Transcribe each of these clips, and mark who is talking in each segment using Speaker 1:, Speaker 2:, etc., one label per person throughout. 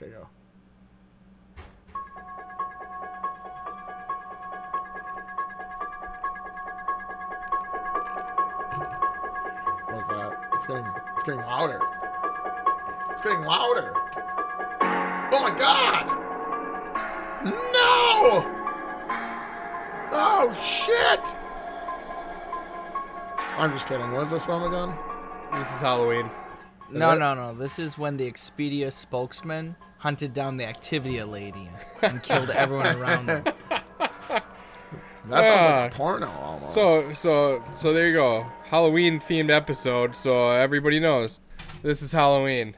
Speaker 1: kayo. What's that? It's getting it's getting louder. It's getting louder. Oh my god! No! Oh shit! I'm just kidding. What is this from again?
Speaker 2: This is Halloween.
Speaker 3: No,
Speaker 1: that-
Speaker 3: no, no. This is when the Expedia spokesman hunted down the Activia lady and killed everyone around him.
Speaker 1: That sounds
Speaker 2: Ah.
Speaker 1: like a porno almost.
Speaker 2: So, so, so there you go. Halloween themed episode, so everybody knows this is Halloween.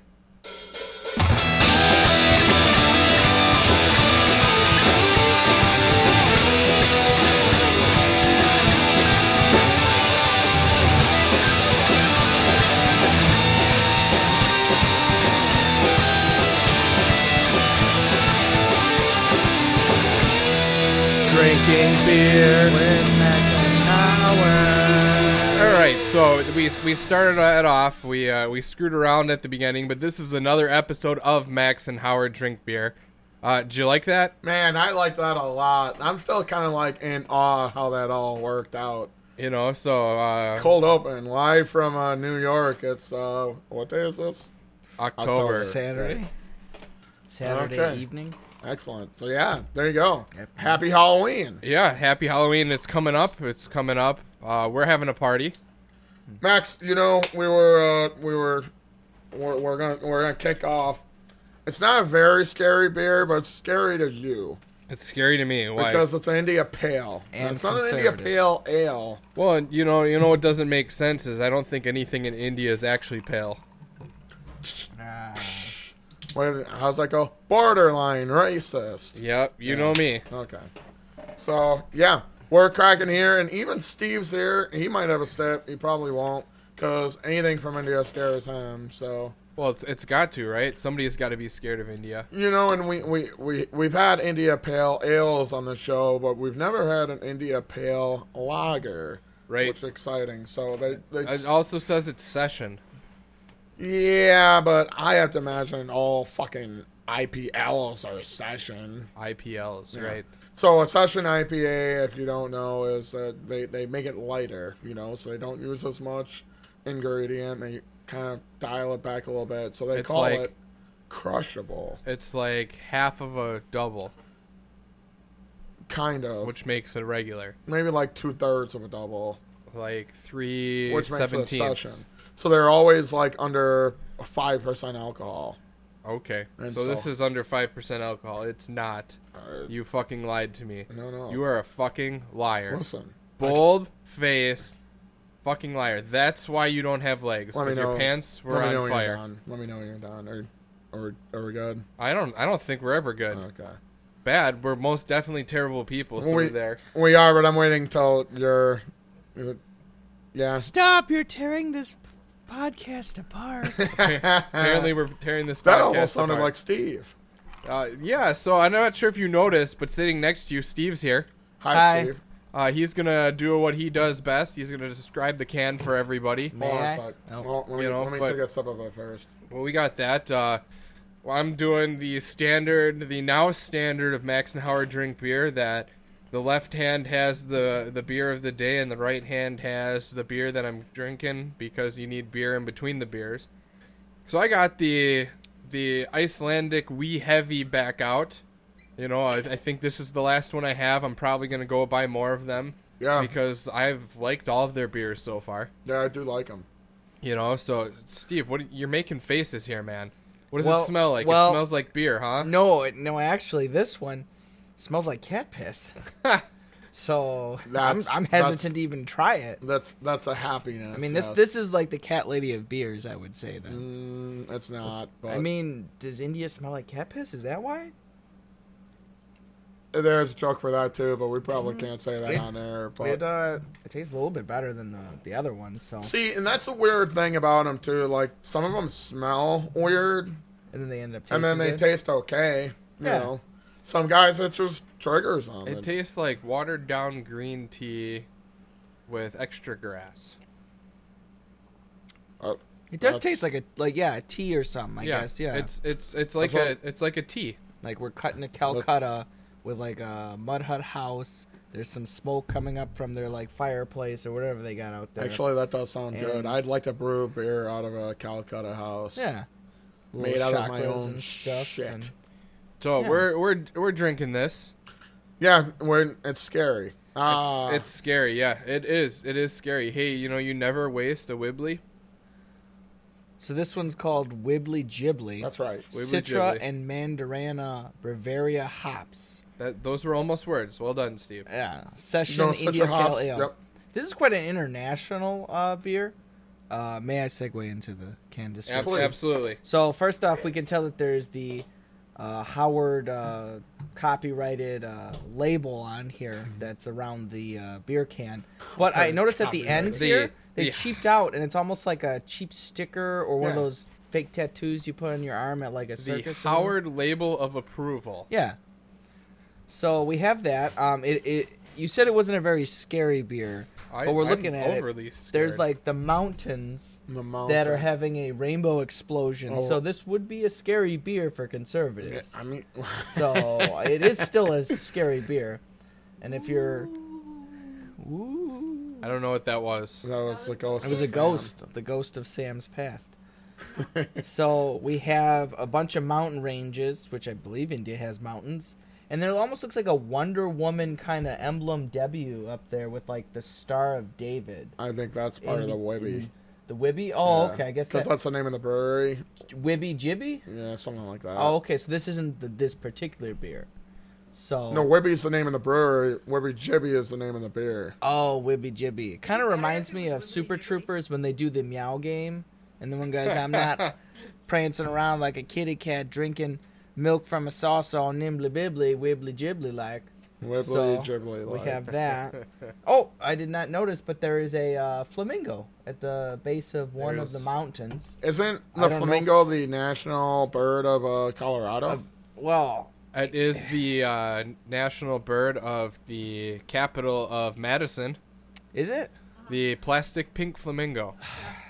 Speaker 2: Drinking beer. All right, so we we started it off. We uh, we screwed around at the beginning, but this is another episode of Max and Howard drink beer. Uh, do you like that?
Speaker 1: Man, I like that a lot. I'm still kind of like in awe how that all worked out.
Speaker 2: You know, so uh,
Speaker 1: Cold open, live from uh, New York. It's uh, what day is this?
Speaker 2: October.
Speaker 1: October.
Speaker 3: Saturday. Saturday
Speaker 1: Okay.
Speaker 3: evening.
Speaker 1: Excellent. So yeah, there you go.
Speaker 3: Yep.
Speaker 1: Happy Halloween,
Speaker 2: Yeah, happy Halloween! It's coming up. It's coming up. Uh, we're having a party.
Speaker 1: Max. You know we were uh, we were we're, we're gonna we're gonna kick off. It's not a very scary beer, but it's scary to you
Speaker 2: It's scary to me. Why?
Speaker 1: because it's an India Pale.
Speaker 3: And
Speaker 1: it's not an India
Speaker 3: conservatives.
Speaker 1: Pale Ale.
Speaker 2: well, you know, you know what doesn't make sense is I don't think anything in India is actually pale.
Speaker 3: Ah,
Speaker 1: What is it? How's that go? Borderline racist.
Speaker 2: Yep, you know me.
Speaker 1: Okay. So yeah, we're cracking here, and even Steve's here. He might have a sip. He probably won't, cause anything from India scares him. So
Speaker 2: Well, it's it's got to right. Somebody's got to be scared of India.
Speaker 1: you know, and we we we we've had India Pale Ales on the show, but we've never had an India Pale Lager.
Speaker 2: Right.
Speaker 1: Which is exciting. So they, they
Speaker 2: It also says it's session.
Speaker 1: yeah, but I have to imagine all fucking IPLs are session.
Speaker 2: IPLs, right?
Speaker 1: So a session IPA, if you don't know, is that they, they make it lighter, you know, so they don't use as much ingredient. They kind of dial it back a little bit. So they
Speaker 2: It's
Speaker 1: call
Speaker 2: like-
Speaker 1: it crushable,
Speaker 2: It's like half of a double,
Speaker 1: kind of.
Speaker 2: which makes it regular.
Speaker 1: maybe like two thirds of a double,
Speaker 2: Like three
Speaker 1: which makes it a
Speaker 2: seventeenths.
Speaker 1: session. So they're always like under five percent alcohol.
Speaker 2: Okay.
Speaker 1: And
Speaker 2: so this
Speaker 1: so-
Speaker 2: is under five percent alcohol. It's not.
Speaker 1: Uh,
Speaker 2: You fucking lied to me.
Speaker 1: no, no.
Speaker 2: You are a fucking liar.
Speaker 1: listen.
Speaker 2: Bold faced fucking liar. That's why you don't have legs.
Speaker 1: Let me
Speaker 2: Because
Speaker 1: know.
Speaker 2: your pants were
Speaker 1: let me know
Speaker 2: on
Speaker 1: when You're
Speaker 2: fire.
Speaker 1: done. Let me know when you're done. Are, are, are we good?
Speaker 2: I don't I don't think we're ever good.
Speaker 1: Okay.
Speaker 2: Bad. We're most definitely terrible people, so
Speaker 1: we,
Speaker 2: we're there.
Speaker 1: We are, but I'm waiting till you're. Yeah.
Speaker 3: Stop! You're tearing this p- podcast apart.
Speaker 2: Apparently we're tearing this
Speaker 1: that
Speaker 2: podcast
Speaker 1: almost sounded
Speaker 2: apart.
Speaker 1: like Steve.
Speaker 2: Uh, yeah, so I'm not sure if you noticed, but sitting next to you, Steve's here.
Speaker 1: Hi,
Speaker 3: Hi.
Speaker 1: Steve.
Speaker 2: Uh, he's gonna do what he does best. He's gonna describe the can for everybody.
Speaker 3: May
Speaker 1: Hold on a
Speaker 3: I?
Speaker 1: sec.
Speaker 3: Oh.
Speaker 1: Well, let me,
Speaker 2: You know,
Speaker 1: let me
Speaker 2: but-
Speaker 1: take a sip of it first.
Speaker 2: Well, we got that. Uh, well, I'm doing the standard, the now standard of Max and Howard drink beer. That the left hand has the the beer of the day, and the right hand has the beer that I'm drinking because you need beer in between the beers. So I got the the Icelandic wee heavy back out. You know, I, I think this is the last one I have. I'm probably gonna go buy more of them
Speaker 1: Yeah,
Speaker 2: because I've liked all of their beers so far.
Speaker 1: yeah, I do like him.
Speaker 2: You know, so Steve, what you're making faces here, man? What does
Speaker 3: Well-
Speaker 2: it smell like?
Speaker 3: well-
Speaker 2: it smells like beer, huh?
Speaker 3: no, it- no. Actually, this one smells like cat piss. so I'm,
Speaker 1: That's-
Speaker 3: I'm
Speaker 1: that's-
Speaker 3: hesitant to even try it.
Speaker 1: That's that's a happiness.
Speaker 3: I mean, this
Speaker 1: yes.
Speaker 3: this is like the cat lady of beers. I would say then.
Speaker 1: Mm, it's not. But
Speaker 3: I mean, does India smell like cat piss? Is that why?
Speaker 1: there's a joke for that too, but we probably
Speaker 3: Mm-hmm.
Speaker 1: can't say that on air.
Speaker 3: It
Speaker 1: But
Speaker 3: uh, it tastes a little bit better than the the other one. So
Speaker 1: see, and that's the weird thing about them too. Like some of them smell weird,
Speaker 3: and then they end up tasting
Speaker 1: and then they
Speaker 3: good.
Speaker 1: taste okay. You
Speaker 3: Yeah.
Speaker 1: know, some guys it just triggers on
Speaker 2: It tastes like watered down green
Speaker 1: uh,
Speaker 2: tea with extra grass.
Speaker 3: It does
Speaker 1: That's-
Speaker 3: taste like a like yeah, a tea or something. I
Speaker 2: yeah,
Speaker 3: guess yeah.
Speaker 2: It's it's it's like
Speaker 1: That's
Speaker 2: a
Speaker 1: what-
Speaker 2: it's like a tea.
Speaker 3: like we're cutting a Calcutta with like a mud hut house. There's some smoke coming up from their like fireplace or whatever they got out there.
Speaker 1: Actually, that does sound good.
Speaker 3: And-
Speaker 1: I'd like to brew beer out of a Calcutta house.
Speaker 3: yeah,
Speaker 1: Made
Speaker 3: Little
Speaker 1: out of my
Speaker 3: chakras
Speaker 1: own
Speaker 3: and stuff
Speaker 1: shit.
Speaker 3: and-
Speaker 2: So
Speaker 3: Yeah.
Speaker 2: we're we're we're drinking this.
Speaker 1: Yeah, when it's scary. Ah,
Speaker 2: It's, it's scary. Yeah, it is. It is scary. Hey, you know you never waste a wibbly.
Speaker 3: so this one's called Wibbly Jibbly.
Speaker 1: that's right.
Speaker 2: Wibbly
Speaker 3: Citra
Speaker 2: Jibbly.
Speaker 3: and Mandarana Bavaria hops.
Speaker 2: That those were almost words. Well done, Steve.
Speaker 3: Yeah, session
Speaker 1: No,
Speaker 3: India
Speaker 1: Citra
Speaker 3: Pale
Speaker 1: hops.
Speaker 3: Ale.
Speaker 1: Yep.
Speaker 3: This is quite an international uh, beer. Uh, may I segue into the can description?
Speaker 2: Ab- absolutely.
Speaker 3: So first off, we can tell that there's the uh, Howard uh, copyrighted uh, label on here that's around the uh, beer can. But I noticed at the ends
Speaker 2: The-
Speaker 3: here they
Speaker 2: the-
Speaker 3: cheaped out, and it's almost like a cheap sticker or one of
Speaker 1: Yeah.
Speaker 3: those fake tattoos you put on your arm at like a
Speaker 2: The
Speaker 3: circus. or whatever.
Speaker 2: Howard label of approval.
Speaker 3: Yeah. So we have that. Um, it, it you said it wasn't a very scary beer,
Speaker 2: I,
Speaker 3: but we're
Speaker 2: I'm
Speaker 3: looking at it.
Speaker 2: overly
Speaker 3: There's
Speaker 2: scared.
Speaker 3: like the mountains
Speaker 1: The mountain.
Speaker 3: that are having a rainbow explosion.
Speaker 1: Oh.
Speaker 3: So this would be a scary beer for
Speaker 1: Yeah,
Speaker 3: conservatives.
Speaker 1: I mean,
Speaker 3: So it is still a scary beer. And if you're Ooh.
Speaker 2: I don't know what that was.
Speaker 1: that was the ghost.
Speaker 3: It was
Speaker 1: of
Speaker 3: a
Speaker 1: Sam.
Speaker 3: ghost, the ghost of Sam's past. so we have a bunch of mountain ranges, which I believe India has mountains, and there almost looks like a Wonder Woman kind of emblem W up there with like the Star of David.
Speaker 1: I think that's part of
Speaker 3: In-
Speaker 1: the Wibby.
Speaker 3: in- The Wibby? Oh,
Speaker 1: Yeah.
Speaker 3: okay. I guess
Speaker 1: 'Cause
Speaker 3: that
Speaker 1: that's the name of the brewery.
Speaker 3: Wibby Jibby.
Speaker 1: Yeah, something like that.
Speaker 3: Oh, okay. So this isn't the, this particular beer. So
Speaker 1: No, Wibby's the name of the brewery. Wibby Jibby is the name of the beer.
Speaker 3: Oh, Wibby Jibby. It kind of
Speaker 4: Why do I
Speaker 3: reminds
Speaker 4: think
Speaker 3: me
Speaker 4: it's
Speaker 3: of
Speaker 4: Wibbly
Speaker 3: Super
Speaker 4: Jibbly?
Speaker 3: Troopers when they do the meow game. And the one guy's, I'm not prancing around like a kitty cat drinking milk from a saucer all nimbly bibbly, wibbly jibbly like.
Speaker 1: Wibbly
Speaker 3: So,
Speaker 1: Jibbly.
Speaker 3: We
Speaker 1: like.
Speaker 3: have that. Oh, I did not notice, but there is a uh, flamingo at the base of one of
Speaker 2: There's-
Speaker 3: the mountains.
Speaker 1: Isn't
Speaker 3: I
Speaker 1: the
Speaker 3: don't know
Speaker 1: flamingo the national bird of uh, Colorado?
Speaker 3: Well,
Speaker 2: It is the uh, national bird of the capital of Madison,
Speaker 3: is it?
Speaker 2: the plastic pink flamingo.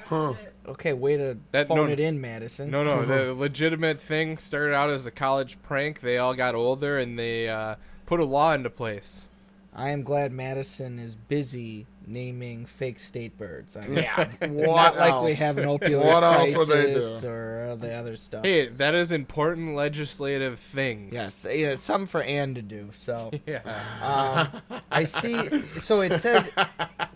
Speaker 1: huh.
Speaker 3: Okay, way to
Speaker 2: That-
Speaker 3: phone
Speaker 2: no-
Speaker 3: it in, Madison.
Speaker 2: No, no, the legitimate thing started out as a college prank. They all got older and they uh, put a law into place.
Speaker 3: I am glad Madison is busy naming fake state birds. I
Speaker 1: Yeah.
Speaker 3: It's
Speaker 1: what
Speaker 3: not like we
Speaker 1: else?
Speaker 3: have an opioid
Speaker 1: What else would they
Speaker 3: crisis
Speaker 1: do?
Speaker 3: or all the other stuff.
Speaker 2: Hey, that is important legislative things.
Speaker 3: Yes, yeah, some for Anne to do. So
Speaker 2: Yeah.
Speaker 3: um, I see. So it says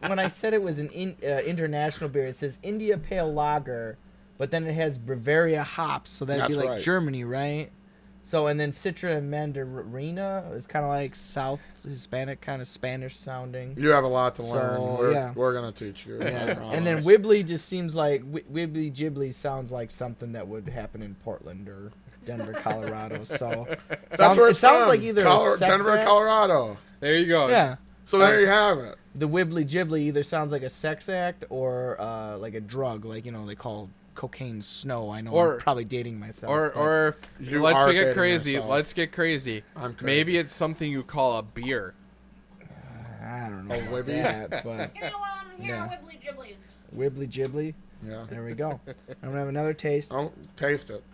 Speaker 3: when I said it was an in, uh, international beer, it says India Pale Lager, but then it has Bavaria hops, so that'd be
Speaker 1: That's
Speaker 3: like
Speaker 1: right.
Speaker 3: Germany, right? So and then Citra and Mandarina is kind of like South Hispanic, kind of Spanish sounding.
Speaker 1: You have a lot to
Speaker 3: So,
Speaker 1: learn. we're,
Speaker 3: yeah.
Speaker 1: we're gonna teach you. I
Speaker 3: Yeah. and then
Speaker 1: promise.
Speaker 3: Wibbly just seems like Wi- Wibbly Jibbly sounds like something that would happen in Portland or Denver, Colorado. So
Speaker 1: That's
Speaker 3: sounds,
Speaker 1: where
Speaker 3: it
Speaker 1: it's
Speaker 3: sounds
Speaker 1: from,
Speaker 3: like either a
Speaker 1: Color-
Speaker 3: sex
Speaker 1: Denver,
Speaker 3: act-
Speaker 1: Colorado.
Speaker 2: There you go.
Speaker 3: Yeah,
Speaker 1: So there you have it.
Speaker 3: the Wibbly Jibbly either sounds like a sex act or uh, like a drug, like you know they call cocaine snow. I know
Speaker 2: Or-
Speaker 3: I'm probably dating myself.
Speaker 2: Or,
Speaker 3: but-
Speaker 2: or
Speaker 1: You
Speaker 2: let's
Speaker 1: are
Speaker 2: get
Speaker 1: dating
Speaker 2: crazy.
Speaker 1: yourself.
Speaker 2: Let's get crazy.
Speaker 1: I'm crazy.
Speaker 2: Maybe it's something you call a beer.
Speaker 3: I don't know
Speaker 1: A
Speaker 3: about
Speaker 1: Wibby?
Speaker 3: that, but
Speaker 4: Give me the one here,
Speaker 3: Yeah.
Speaker 4: Wibbly Jibblies.
Speaker 3: Wibbly Jibbly.
Speaker 1: Yeah.
Speaker 3: There we go. I'm gonna have another taste.
Speaker 1: Oh, taste it.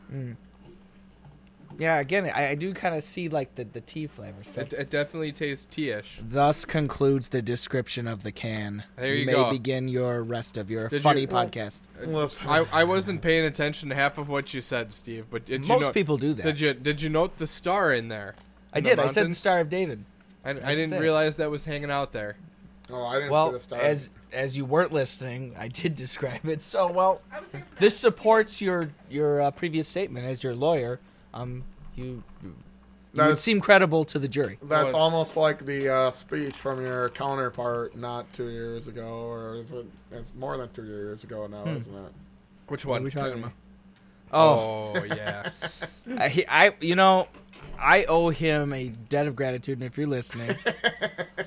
Speaker 3: Yeah, again, I, I do kind of see like the the tea flavor. So
Speaker 2: It, it definitely tastes tea-ish.
Speaker 3: Thus concludes the description of the can.
Speaker 2: There you
Speaker 3: may
Speaker 2: go.
Speaker 3: begin your rest of your
Speaker 2: Did you-
Speaker 3: funny
Speaker 2: well,
Speaker 3: podcast.
Speaker 1: Listen,
Speaker 2: I, I wasn't paying attention to half of what you said, Steve. But did you
Speaker 3: Most
Speaker 2: know-
Speaker 3: people do that.
Speaker 2: Did you did you note the star in there?
Speaker 3: I
Speaker 2: in the
Speaker 3: did. I said
Speaker 2: mountains?
Speaker 3: Star of David.
Speaker 2: I, I
Speaker 3: did
Speaker 2: didn't
Speaker 3: say it.
Speaker 2: realize that was hanging out there.
Speaker 1: oh, I didn't see
Speaker 3: Well,
Speaker 1: the star.
Speaker 3: as as you weren't listening, I did describe it. So well,
Speaker 4: I was here for that.
Speaker 3: this supports your your uh, previous statement as your lawyer. Um, you you would
Speaker 1: That's-
Speaker 3: seem credible to the jury.
Speaker 1: That's
Speaker 2: was-
Speaker 1: almost like the uh, speech from your counterpart not two years ago, or is it, it's more than two years ago now, isn't it?
Speaker 2: Which
Speaker 3: What
Speaker 2: one?
Speaker 3: are we talking about? Oh,
Speaker 2: Oh, yeah.
Speaker 3: I, he- I you know, I owe him a debt of gratitude, and if you're listening,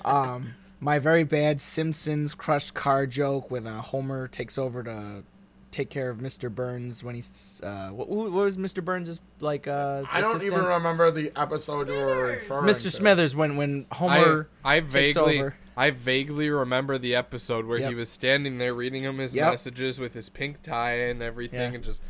Speaker 3: um, my very bad Simpsons crushed car joke with a Homer takes uh, over to take care of Mr. Burns when he's uh, what, what was Mr. Burns' like uh,
Speaker 1: I don't
Speaker 3: assistant?
Speaker 1: even remember the episode you were
Speaker 4: Smithers.
Speaker 1: referring to.
Speaker 3: Mr. Smithers when when Homer
Speaker 2: I, I
Speaker 3: takes
Speaker 2: vaguely
Speaker 3: over.
Speaker 2: I vaguely remember the episode where he
Speaker 3: Yep.
Speaker 2: was standing there reading him his
Speaker 3: Yep.
Speaker 2: messages with his pink tie and everything
Speaker 3: Yeah.
Speaker 2: and just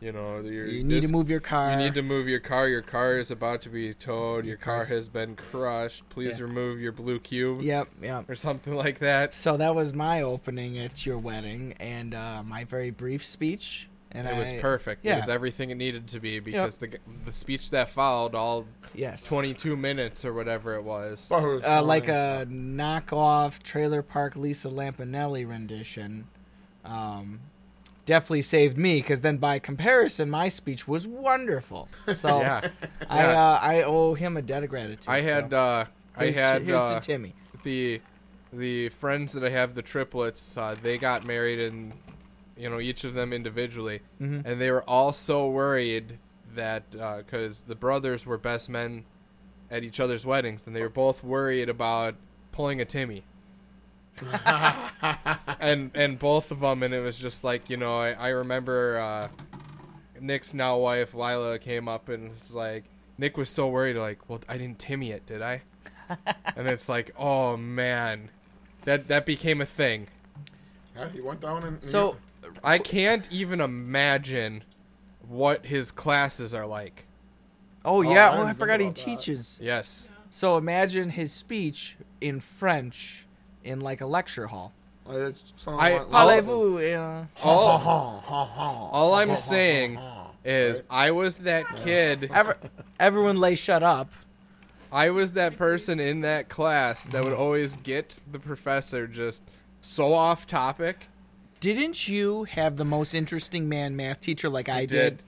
Speaker 2: you know your-
Speaker 3: you need
Speaker 2: this-
Speaker 3: to move your car.
Speaker 2: you need to move your car your car is about to be towed your car
Speaker 3: car's-
Speaker 2: has been crushed please
Speaker 3: Yeah.
Speaker 2: remove your blue cube
Speaker 3: Yep, yep.
Speaker 2: or something like that
Speaker 3: So that was my opening at your wedding and uh, my very brief speech. And
Speaker 2: it was
Speaker 3: I-
Speaker 2: perfect
Speaker 3: yeah.
Speaker 2: it was everything it needed to be because the the speech that followed all
Speaker 3: Yes.
Speaker 2: 22 minutes or whatever it was
Speaker 1: Oh, it's
Speaker 3: Uh, like
Speaker 1: funny.
Speaker 3: a knockoff Trailer Park Lisa Lampanelli rendition. Um, definitely saved me because then by comparison, my speech was wonderful. So
Speaker 2: yeah
Speaker 3: I
Speaker 2: yeah.
Speaker 3: uh, I owe him a debt of gratitude.
Speaker 2: i had
Speaker 3: so.
Speaker 2: uh i
Speaker 3: Here's to-
Speaker 2: had
Speaker 3: here's
Speaker 2: uh,
Speaker 3: to Timmy.
Speaker 2: the the friends that I have, the triplets, uh, they got married, and you know each of them individually, and they were all so worried that because the brothers were best men at each other's weddings, and they were both worried about pulling a Timmy. and and both of them, and it was just like you know I, I remember uh, Nick's now wife Lila came up and was like Nick was so worried like well I didn't Timmy it did I and it's like, oh man, that that became a thing.
Speaker 1: Yeah, he went down and
Speaker 3: So
Speaker 2: I can't even imagine what his classes are like.
Speaker 3: oh
Speaker 1: Oh,
Speaker 3: yeah,
Speaker 1: I
Speaker 3: oh, I
Speaker 1: remember
Speaker 3: forgot he
Speaker 1: about that.
Speaker 3: teaches.
Speaker 2: Yes,
Speaker 3: So imagine his speech in French in like a lecture hall.
Speaker 1: Uh, it's something
Speaker 2: I-
Speaker 1: like-
Speaker 3: Parlez-vous? Yeah.
Speaker 1: Ha,
Speaker 2: all
Speaker 1: ha, ha, ha.
Speaker 2: all I'm saying is I was that kid.
Speaker 3: Ever, everyone lay shut up.
Speaker 2: I was that person in that class that would always get the professor just so off topic.
Speaker 3: Didn't you have the most interesting man math teacher like I, did?
Speaker 2: did.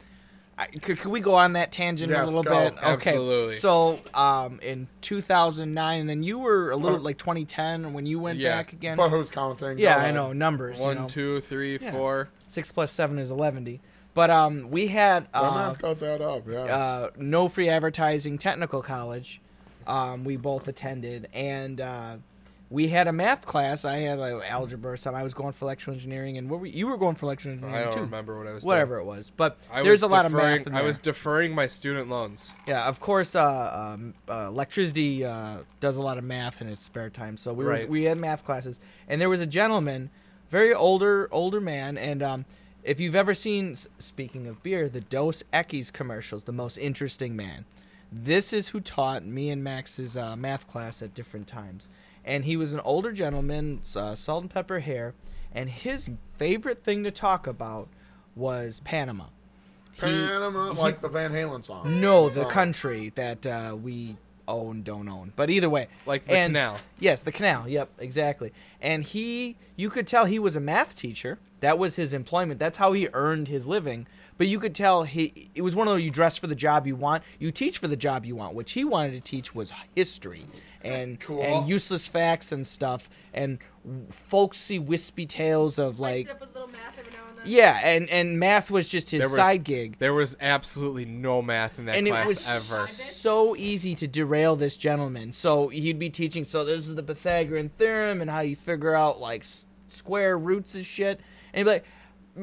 Speaker 3: I, could, could we go on that tangent
Speaker 1: Yes,
Speaker 3: a little
Speaker 1: go.
Speaker 3: bit?
Speaker 2: Absolutely.
Speaker 3: So, um, in 2009, and then you were a little like 2010 when you went
Speaker 2: Yeah.
Speaker 3: back again.
Speaker 1: But who's counting?
Speaker 3: Oh, yeah,
Speaker 1: Go
Speaker 3: I
Speaker 1: ahead.
Speaker 3: know numbers. you know.
Speaker 2: One, two, three,
Speaker 3: Yeah.
Speaker 2: four.
Speaker 3: Six plus seven is eleven. But um, we had
Speaker 1: Why
Speaker 3: uh,
Speaker 1: not cut that up? Yeah.
Speaker 3: uh, no free advertising technical college. Um, we both attended, and uh, we had a math class. I had like, algebra or something. I was going for electrical engineering, and what were you were going for electrical engineering
Speaker 2: I don't
Speaker 3: too.
Speaker 2: remember what I was.
Speaker 3: Whatever
Speaker 2: Doing.
Speaker 3: it was, but
Speaker 2: I
Speaker 3: there's
Speaker 2: was
Speaker 3: a lot of
Speaker 2: deferring-
Speaker 3: math. In
Speaker 2: I
Speaker 3: there.
Speaker 2: was deferring my student loans.
Speaker 3: yeah, of course. Uh, um, uh, electricity uh, does a lot of math in its spare time, so we were,
Speaker 2: Right.
Speaker 3: we had math classes, and there was a gentleman, very older older man, and um, if you've ever seen, s- speaking of beer, the Dos Equis commercials, the most interesting man. This is who taught me and Max's uh, math class at different times, and he was an older gentleman, s- uh, salt and pepper hair, and his favorite thing to talk about was Panama. He-
Speaker 1: Panama, like the Van Halen song.
Speaker 3: no, the
Speaker 1: Oh.
Speaker 3: country that uh, we own don't own. But either way,
Speaker 2: Like the canal.
Speaker 3: Yes, the canal. Yep, exactly. And he, you could tell he was a math teacher. That was his employment. That's how he earned his living. But you could tell he, it was one of those you dress for the job you want, you teach for the job you want. Which he wanted to teach was history and
Speaker 1: Cool.
Speaker 3: and useless facts and stuff and folksy wispy tales of
Speaker 4: Spice
Speaker 3: like
Speaker 4: it up with a little math every now and then.
Speaker 3: yeah and and math was just his
Speaker 2: There was-
Speaker 3: side gig
Speaker 2: There was absolutely no math in that
Speaker 3: and
Speaker 2: class
Speaker 3: it was
Speaker 2: ever.
Speaker 3: so easy to derail this gentleman. So he'd be teaching. So this is the Pythagorean theorem and how you figure out like s- square roots and shit. And he'd be like,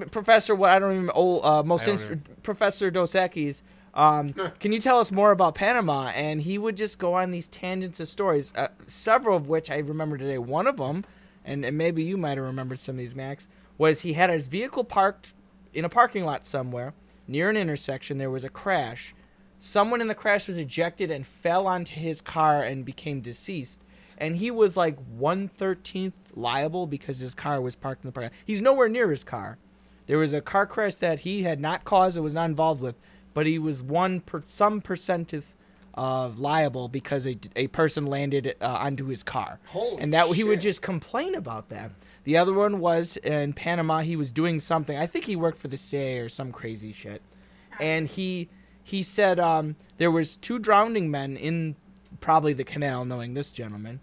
Speaker 3: "M- Professor, what I don't even. Oh, uh, most
Speaker 2: I don't
Speaker 3: inst-
Speaker 2: even-
Speaker 3: Professor Dos Equis, um, can you tell us more about Panama? And he would just go on these tangents of stories, uh, several of which I remember today. One of them, and, and maybe you might have remembered some of these, Max, was he had his vehicle parked in a parking lot somewhere near an intersection. There was a crash. Someone in the crash was ejected and fell onto his car and became deceased. And he was like one thirteenth liable because his car was parked in the parking lot. He's nowhere near his car. There was a car crash that he had not caused and was not involved with, but he was one per, some percenteth of liable because a, a person landed uh, onto his car.
Speaker 1: Holy
Speaker 3: and that he would
Speaker 1: shit.
Speaker 3: just complain about that. The other one was in Panama. He was doing something. I think he worked for the CIA or some crazy shit. And he he said um, there was two drowning men in probably the canal, knowing this gentleman,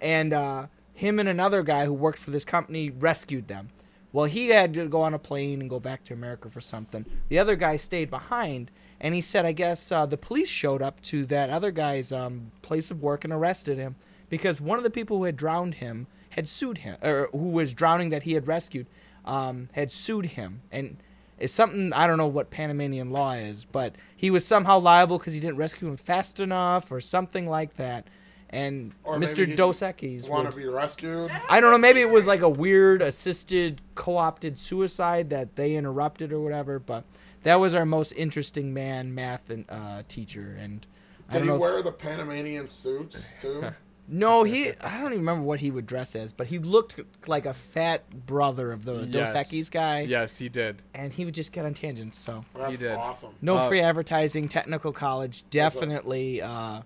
Speaker 3: and uh, him and another guy who worked for this company rescued them. Well, he had to go on a plane and go back to America for something. The other guy stayed behind, and he said, I guess uh, the police showed up to that other guy's um, place of work and arrested him because one of the people who had drowned him had sued him, or who was drowning that he had rescued, um, had sued him, and it's something I don't know what Panamanian law is, but he was somehow liable because he didn't rescue him fast enough or something like that. And
Speaker 1: Or maybe
Speaker 3: Mr.
Speaker 1: he
Speaker 3: Dos Equis
Speaker 1: Want
Speaker 3: would-
Speaker 1: to be rescued?
Speaker 3: I don't know. Maybe it was like a weird assisted co-opted suicide that they interrupted or whatever. But that was our most interesting man, math and uh, teacher. And I
Speaker 1: Did
Speaker 3: don't
Speaker 1: he
Speaker 3: know. if-
Speaker 1: wear the Panamanian suits too?
Speaker 3: no, he. I don't even remember what he would dress as, but he looked like a fat brother of the
Speaker 2: Yes.
Speaker 3: Dos Equis guy,
Speaker 2: Yes, he did.
Speaker 3: and he would just get on tangents. So
Speaker 1: That's
Speaker 2: did.
Speaker 1: awesome.
Speaker 3: no
Speaker 2: Uh,
Speaker 3: free advertising. Technical college definitely uh,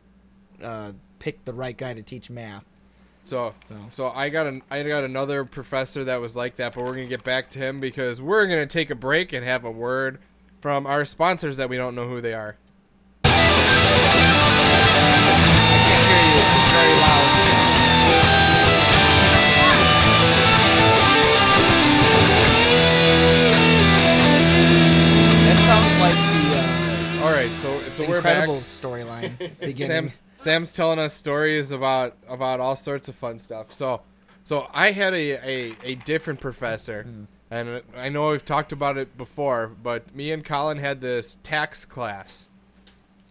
Speaker 3: uh, picked the right guy to teach math.
Speaker 2: So, so,
Speaker 3: So.
Speaker 2: I got an I got another professor that was like that, but we're gonna get back to him because we're gonna take a break and have a word from our sponsors that we don't know who they are.
Speaker 3: That sounds like the. Uh,
Speaker 2: All right, so so we're back.
Speaker 3: Incredible storyline beginning.
Speaker 2: Sam's Sam's telling us stories about about all sorts of fun stuff. So so I had a a, a different professor,
Speaker 3: Hmm.
Speaker 2: and I know we've talked about it before, but me and Colin had this tax class,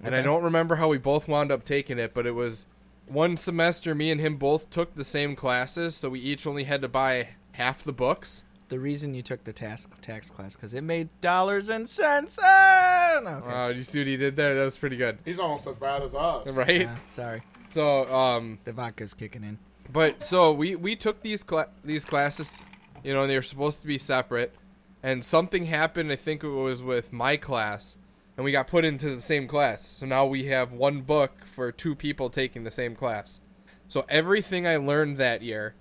Speaker 2: and I
Speaker 3: Okay.
Speaker 2: don't remember how we both wound up taking it, but it was one semester. Me and him both took the same classes, so we each only had to buy half the books.
Speaker 3: The reason you took the tax tax class because it made dollars and cents. Ah, no, okay.
Speaker 2: Wow, Uh, you see what he did there? That was pretty good,
Speaker 1: He's almost as bad as us.
Speaker 2: right?
Speaker 3: Yeah, sorry,
Speaker 2: So um.
Speaker 3: the vodka's kicking in.
Speaker 2: But so we we took these cla- these classes, you know, and they were supposed to be separate, and something happened. I think it was with my class, and we got put into the same class. So now we have one book for two people taking the same class. So everything I learned that year,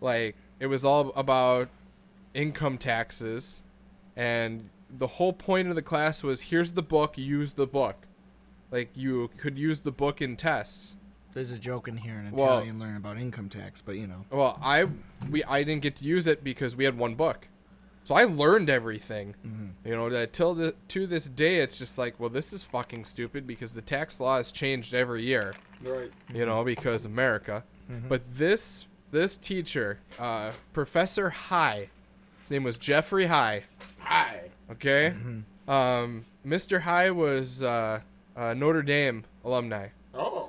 Speaker 2: like it was all about income taxes, and the whole point of the class was here's the book, use the book. Like you could use the book in tests.
Speaker 3: There's a joke in here in Italian
Speaker 2: Well-
Speaker 3: learn about income tax, but you know.
Speaker 2: Well, I we I didn't get to use it because we had one book, so I learned everything.
Speaker 1: Mm-hmm.
Speaker 2: You know, that till the to this day, it's just like, well, this is fucking stupid because the tax law has changed every year.
Speaker 1: Right.
Speaker 2: You know, because America.
Speaker 1: Mm-hmm.
Speaker 2: But this this teacher, uh, Professor High, his name was Jeffrey High.
Speaker 1: Hi.
Speaker 2: Okay,
Speaker 1: Mm-hmm.
Speaker 2: um, Mr. High was uh, uh, Notre Dame alumni.
Speaker 1: Oh.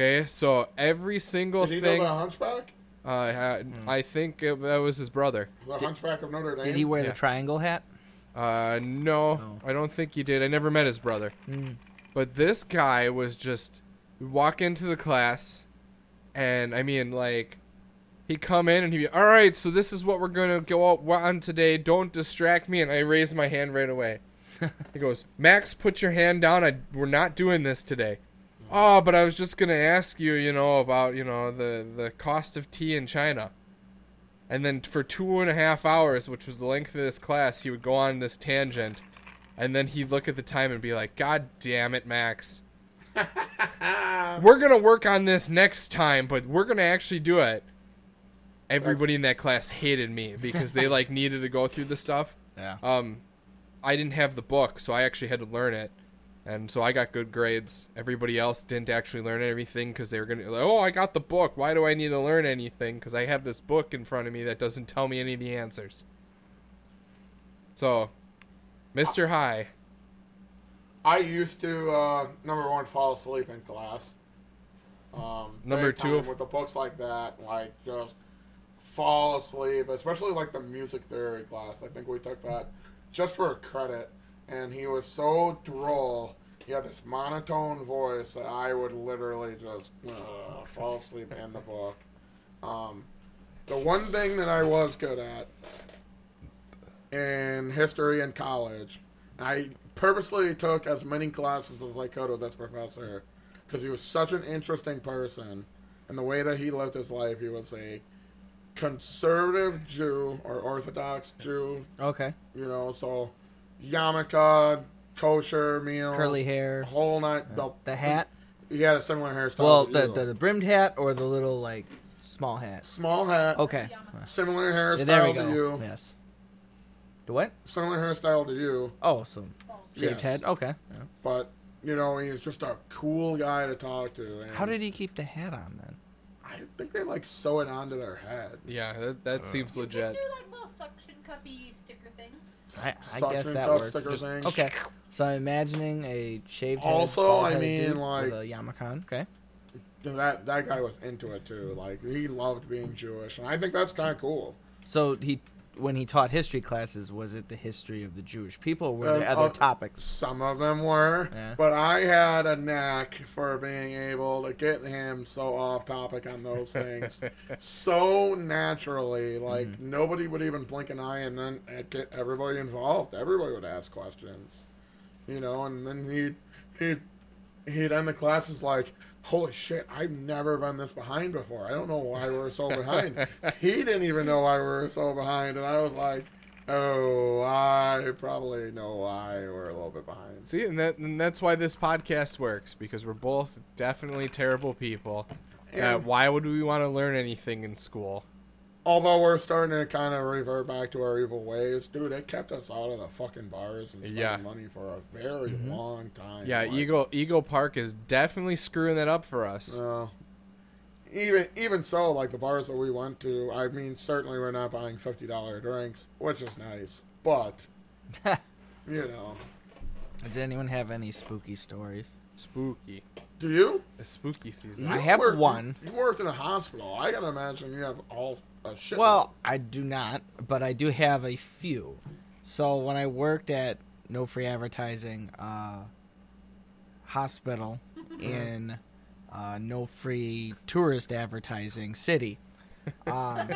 Speaker 2: Okay, so every single
Speaker 1: Did he
Speaker 2: thing,
Speaker 1: know Hmm. the Hunchback?
Speaker 2: uh, I, I think it, that was his brother.
Speaker 1: The Hunchback of Notre Dame.
Speaker 3: Did he wear
Speaker 2: Yeah.
Speaker 3: the triangle hat?
Speaker 2: Uh, no, I don't think he did. I never met his brother. But this guy was just we'd walk into the class, and I mean, like, he'd come in and he'd be, all right, so this is what we're gonna go out on today. Don't distract me. And I raised my hand right away. he goes, Max, put your hand down. I, we're not doing this today. Oh, but I was just gonna ask you, you know, about you know the the cost of tea in China. And then for two and a half hours, which was the length of this class, he would go on this tangent, and then he'd look at the time and be like, "God damn it, Max! we're gonna work on this next time, but we're gonna actually do it." Everybody in that class hated me because they like needed to go through the stuff.
Speaker 3: Yeah.
Speaker 2: Um, I didn't have the book, so I actually had to learn it, and so I got good grades. Everybody else didn't actually learn anything because they were gonna like, oh, I got the book. Why do I need to learn anything? Because I have this book in front of me that doesn't tell me any of the answers. So, Mr. High,
Speaker 1: I used to uh, number one fall asleep in class. Um,
Speaker 2: Number
Speaker 1: big
Speaker 2: two
Speaker 1: time
Speaker 2: of-
Speaker 1: with the books like that, like just fall asleep, especially like the music theory class. I think we took that just for a credit, and he was so droll. He had this monotone voice that I would literally just uh, fall asleep in the book. Um, the one thing that I was good at in history in college. I purposely took as many classes as I could with this professor because he was such an interesting person. And the way that he lived his life, he was a conservative Jew or Orthodox Jew,
Speaker 3: Okay.
Speaker 1: you know, so yarmulke, kosher meals,
Speaker 3: Curly hair,
Speaker 1: whole night.
Speaker 3: the hat.
Speaker 1: He had a similar hairstyle.
Speaker 3: Well,
Speaker 1: to
Speaker 3: the,
Speaker 1: you.
Speaker 3: the the brimmed hat or the little like small hat.
Speaker 1: small hat,
Speaker 3: Okay.
Speaker 1: similar
Speaker 3: Yeah,
Speaker 1: hairstyle
Speaker 3: there we
Speaker 1: to
Speaker 3: go.
Speaker 1: you,
Speaker 3: Yes. The what?
Speaker 1: similar hairstyle to you.
Speaker 3: Oh, so shaved
Speaker 1: Yes.
Speaker 3: head. Okay.
Speaker 1: But you know, he's just a cool guy to talk to. And
Speaker 3: How did he keep the hat on then?
Speaker 1: I think they like sew it onto their head.
Speaker 2: Yeah, that, that seems
Speaker 4: You can
Speaker 2: legit.
Speaker 4: do like little suction cuppy sticker things.
Speaker 3: I, I
Speaker 1: Suction
Speaker 3: guess that
Speaker 1: cup
Speaker 3: works.
Speaker 1: sticker
Speaker 3: Just-
Speaker 1: thing.
Speaker 3: okay. So I'm imagining a shaved head.
Speaker 1: Also, I
Speaker 3: bald-headed
Speaker 1: mean,
Speaker 3: dude
Speaker 1: like-
Speaker 3: with a yarmulke on. Okay.
Speaker 1: That that guy was into it too. Like he loved being Jewish, and I think that's kind of cool.
Speaker 3: So he, when he taught history classes, was it the history of the Jewish people? or Were there
Speaker 1: Um,
Speaker 3: other
Speaker 1: uh,
Speaker 3: topics?
Speaker 1: Some of them were,
Speaker 3: Yeah.
Speaker 1: but I had a knack for being able to get him so off topic on those things so naturally. Like nobody would even blink an eye, and then it get everybody involved. Everybody would ask questions, you know, and then he'd he'd he'd end the classes like. Holy shit! I've never been this behind before. I don't know why we're so behind. he didn't even know why we were so behind, and I was like, "Oh, I probably know why we're a little bit behind."
Speaker 2: See, and, that, and that's why this podcast works because we're both definitely terrible people. Uh,
Speaker 1: And-
Speaker 2: why would we want to learn anything in school?
Speaker 1: Although we're starting to kind of revert back to our evil ways, dude, it kept us out of the fucking bars and spending
Speaker 2: Yeah. Mm-hmm.
Speaker 1: money for a very long time.
Speaker 2: Yeah,
Speaker 1: Like,
Speaker 2: Eagle Eagle Park is definitely screwing that up for us.
Speaker 1: no. even even so, like the bars that we went to, I mean, certainly we're not buying fifty dollar drinks, which is nice, but you know,
Speaker 3: Does anyone have any spooky stories?
Speaker 2: Spooky,
Speaker 1: do you?
Speaker 2: a spooky season.
Speaker 3: I
Speaker 1: You
Speaker 3: have
Speaker 1: work-
Speaker 3: one.
Speaker 1: You worked in a hospital. I can imagine you have all a shit.
Speaker 3: Well, I do not, but I do have a few. So when I worked at No Free Advertising uh, Hospital in uh, No Free Tourist Advertising City, um,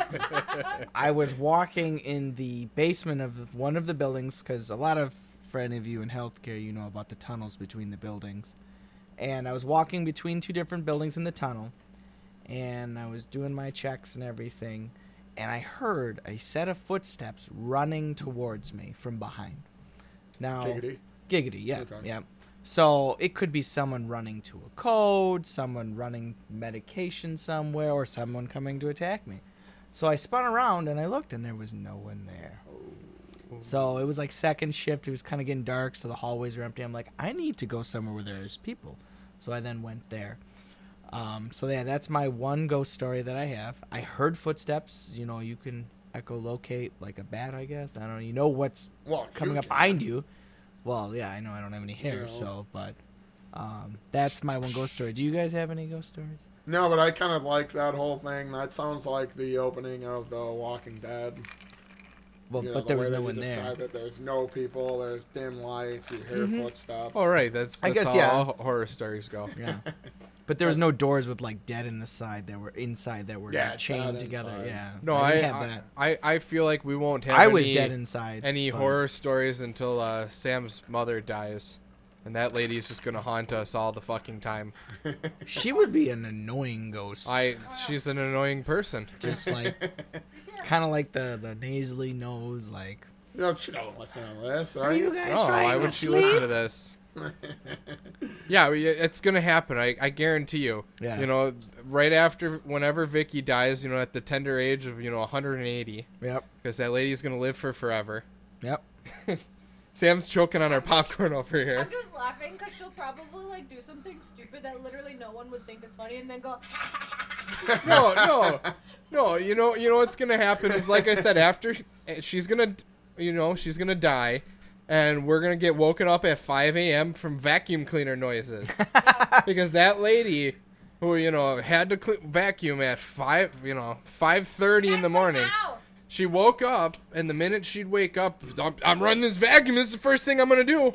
Speaker 3: I was walking in the basement of one of the buildings because a lot of for any of you in healthcare, you know about the tunnels between the buildings. And I was walking between two different buildings in the tunnel, and I was doing my checks and everything, and I heard a set of footsteps running towards me from behind. Now,
Speaker 1: Giggity.
Speaker 3: Giggity, yeah,
Speaker 1: Okay.
Speaker 3: yeah. So it could be someone running to a code, someone running medication somewhere, or someone coming to attack me. So I spun around and I looked, and there was no one there. So it was like second shift. It was kind of getting dark, so the hallways were empty. I'm like, I need to go somewhere where there's people. So I then went there. Um, so yeah, that's my one ghost story that I have. I heard footsteps. You know, you can echolocate like a bat, I guess. I don't know. You know what's
Speaker 1: Well,
Speaker 3: coming
Speaker 1: you
Speaker 3: up
Speaker 1: can-
Speaker 3: behind you. Well, yeah, I know I don't have any hair,
Speaker 1: No.
Speaker 3: so but um, that's my one ghost story. Do you guys have any ghost stories?
Speaker 1: No, but I kind of like that whole thing. That sounds like the opening of The Walking Dead.
Speaker 3: Well,
Speaker 1: You know,
Speaker 3: but
Speaker 1: the
Speaker 3: there
Speaker 1: way
Speaker 3: was
Speaker 1: that
Speaker 3: no
Speaker 1: you
Speaker 3: one there.
Speaker 1: describe it, there's no people. There's dim lights. You hear
Speaker 3: Mm-hmm.
Speaker 1: footsteps.
Speaker 2: All right, that's,
Speaker 3: I
Speaker 2: that's
Speaker 3: guess,
Speaker 2: how
Speaker 3: yeah.
Speaker 2: all horror stories go.
Speaker 3: Yeah, but there was no doors with like dead in the side that were inside that were
Speaker 1: Yeah,
Speaker 3: like, chained
Speaker 1: dead
Speaker 3: together.
Speaker 1: inside.
Speaker 3: Yeah,
Speaker 2: No,
Speaker 3: I
Speaker 2: I
Speaker 3: didn't have
Speaker 2: I,
Speaker 3: that.
Speaker 2: I I feel like we won't have.
Speaker 3: I was
Speaker 2: any-
Speaker 3: dead inside.
Speaker 2: any
Speaker 3: but-
Speaker 2: horror stories until uh, Sam's mother dies, and that lady is just gonna haunt us all the fucking time.
Speaker 3: She would be an annoying ghost.
Speaker 2: I she's an annoying person.
Speaker 3: just like kind of like the the nasally nose, like
Speaker 1: No, she don't listen to this, right?
Speaker 3: guys
Speaker 2: Oh, why would she listen to this? yeah, we- it's gonna happen. I, I guarantee you.
Speaker 3: Yeah.
Speaker 2: You know, right after whenever Vicky dies, you know, at the tender age of you know 180,
Speaker 3: Yep,
Speaker 2: because that lady's gonna live for forever.
Speaker 3: yep.
Speaker 2: Sam's choking on her popcorn over here.
Speaker 4: I'm just laughing because she'll probably like do something stupid that literally no one would think is funny, and then go.
Speaker 2: no, no, no. You know, you know what's gonna happen is like I said, after eh, she's gonna, you know, she's gonna die, and we're gonna get woken up at 5 a.m. from vacuum cleaner noises because that lady, who you know had to cle vacuum at five, you know, 5:30 in the morning.
Speaker 4: House.
Speaker 2: She woke up, and the minute she'd wake up, I'm, I'm running this vacuum. This is the first thing I'm gonna do.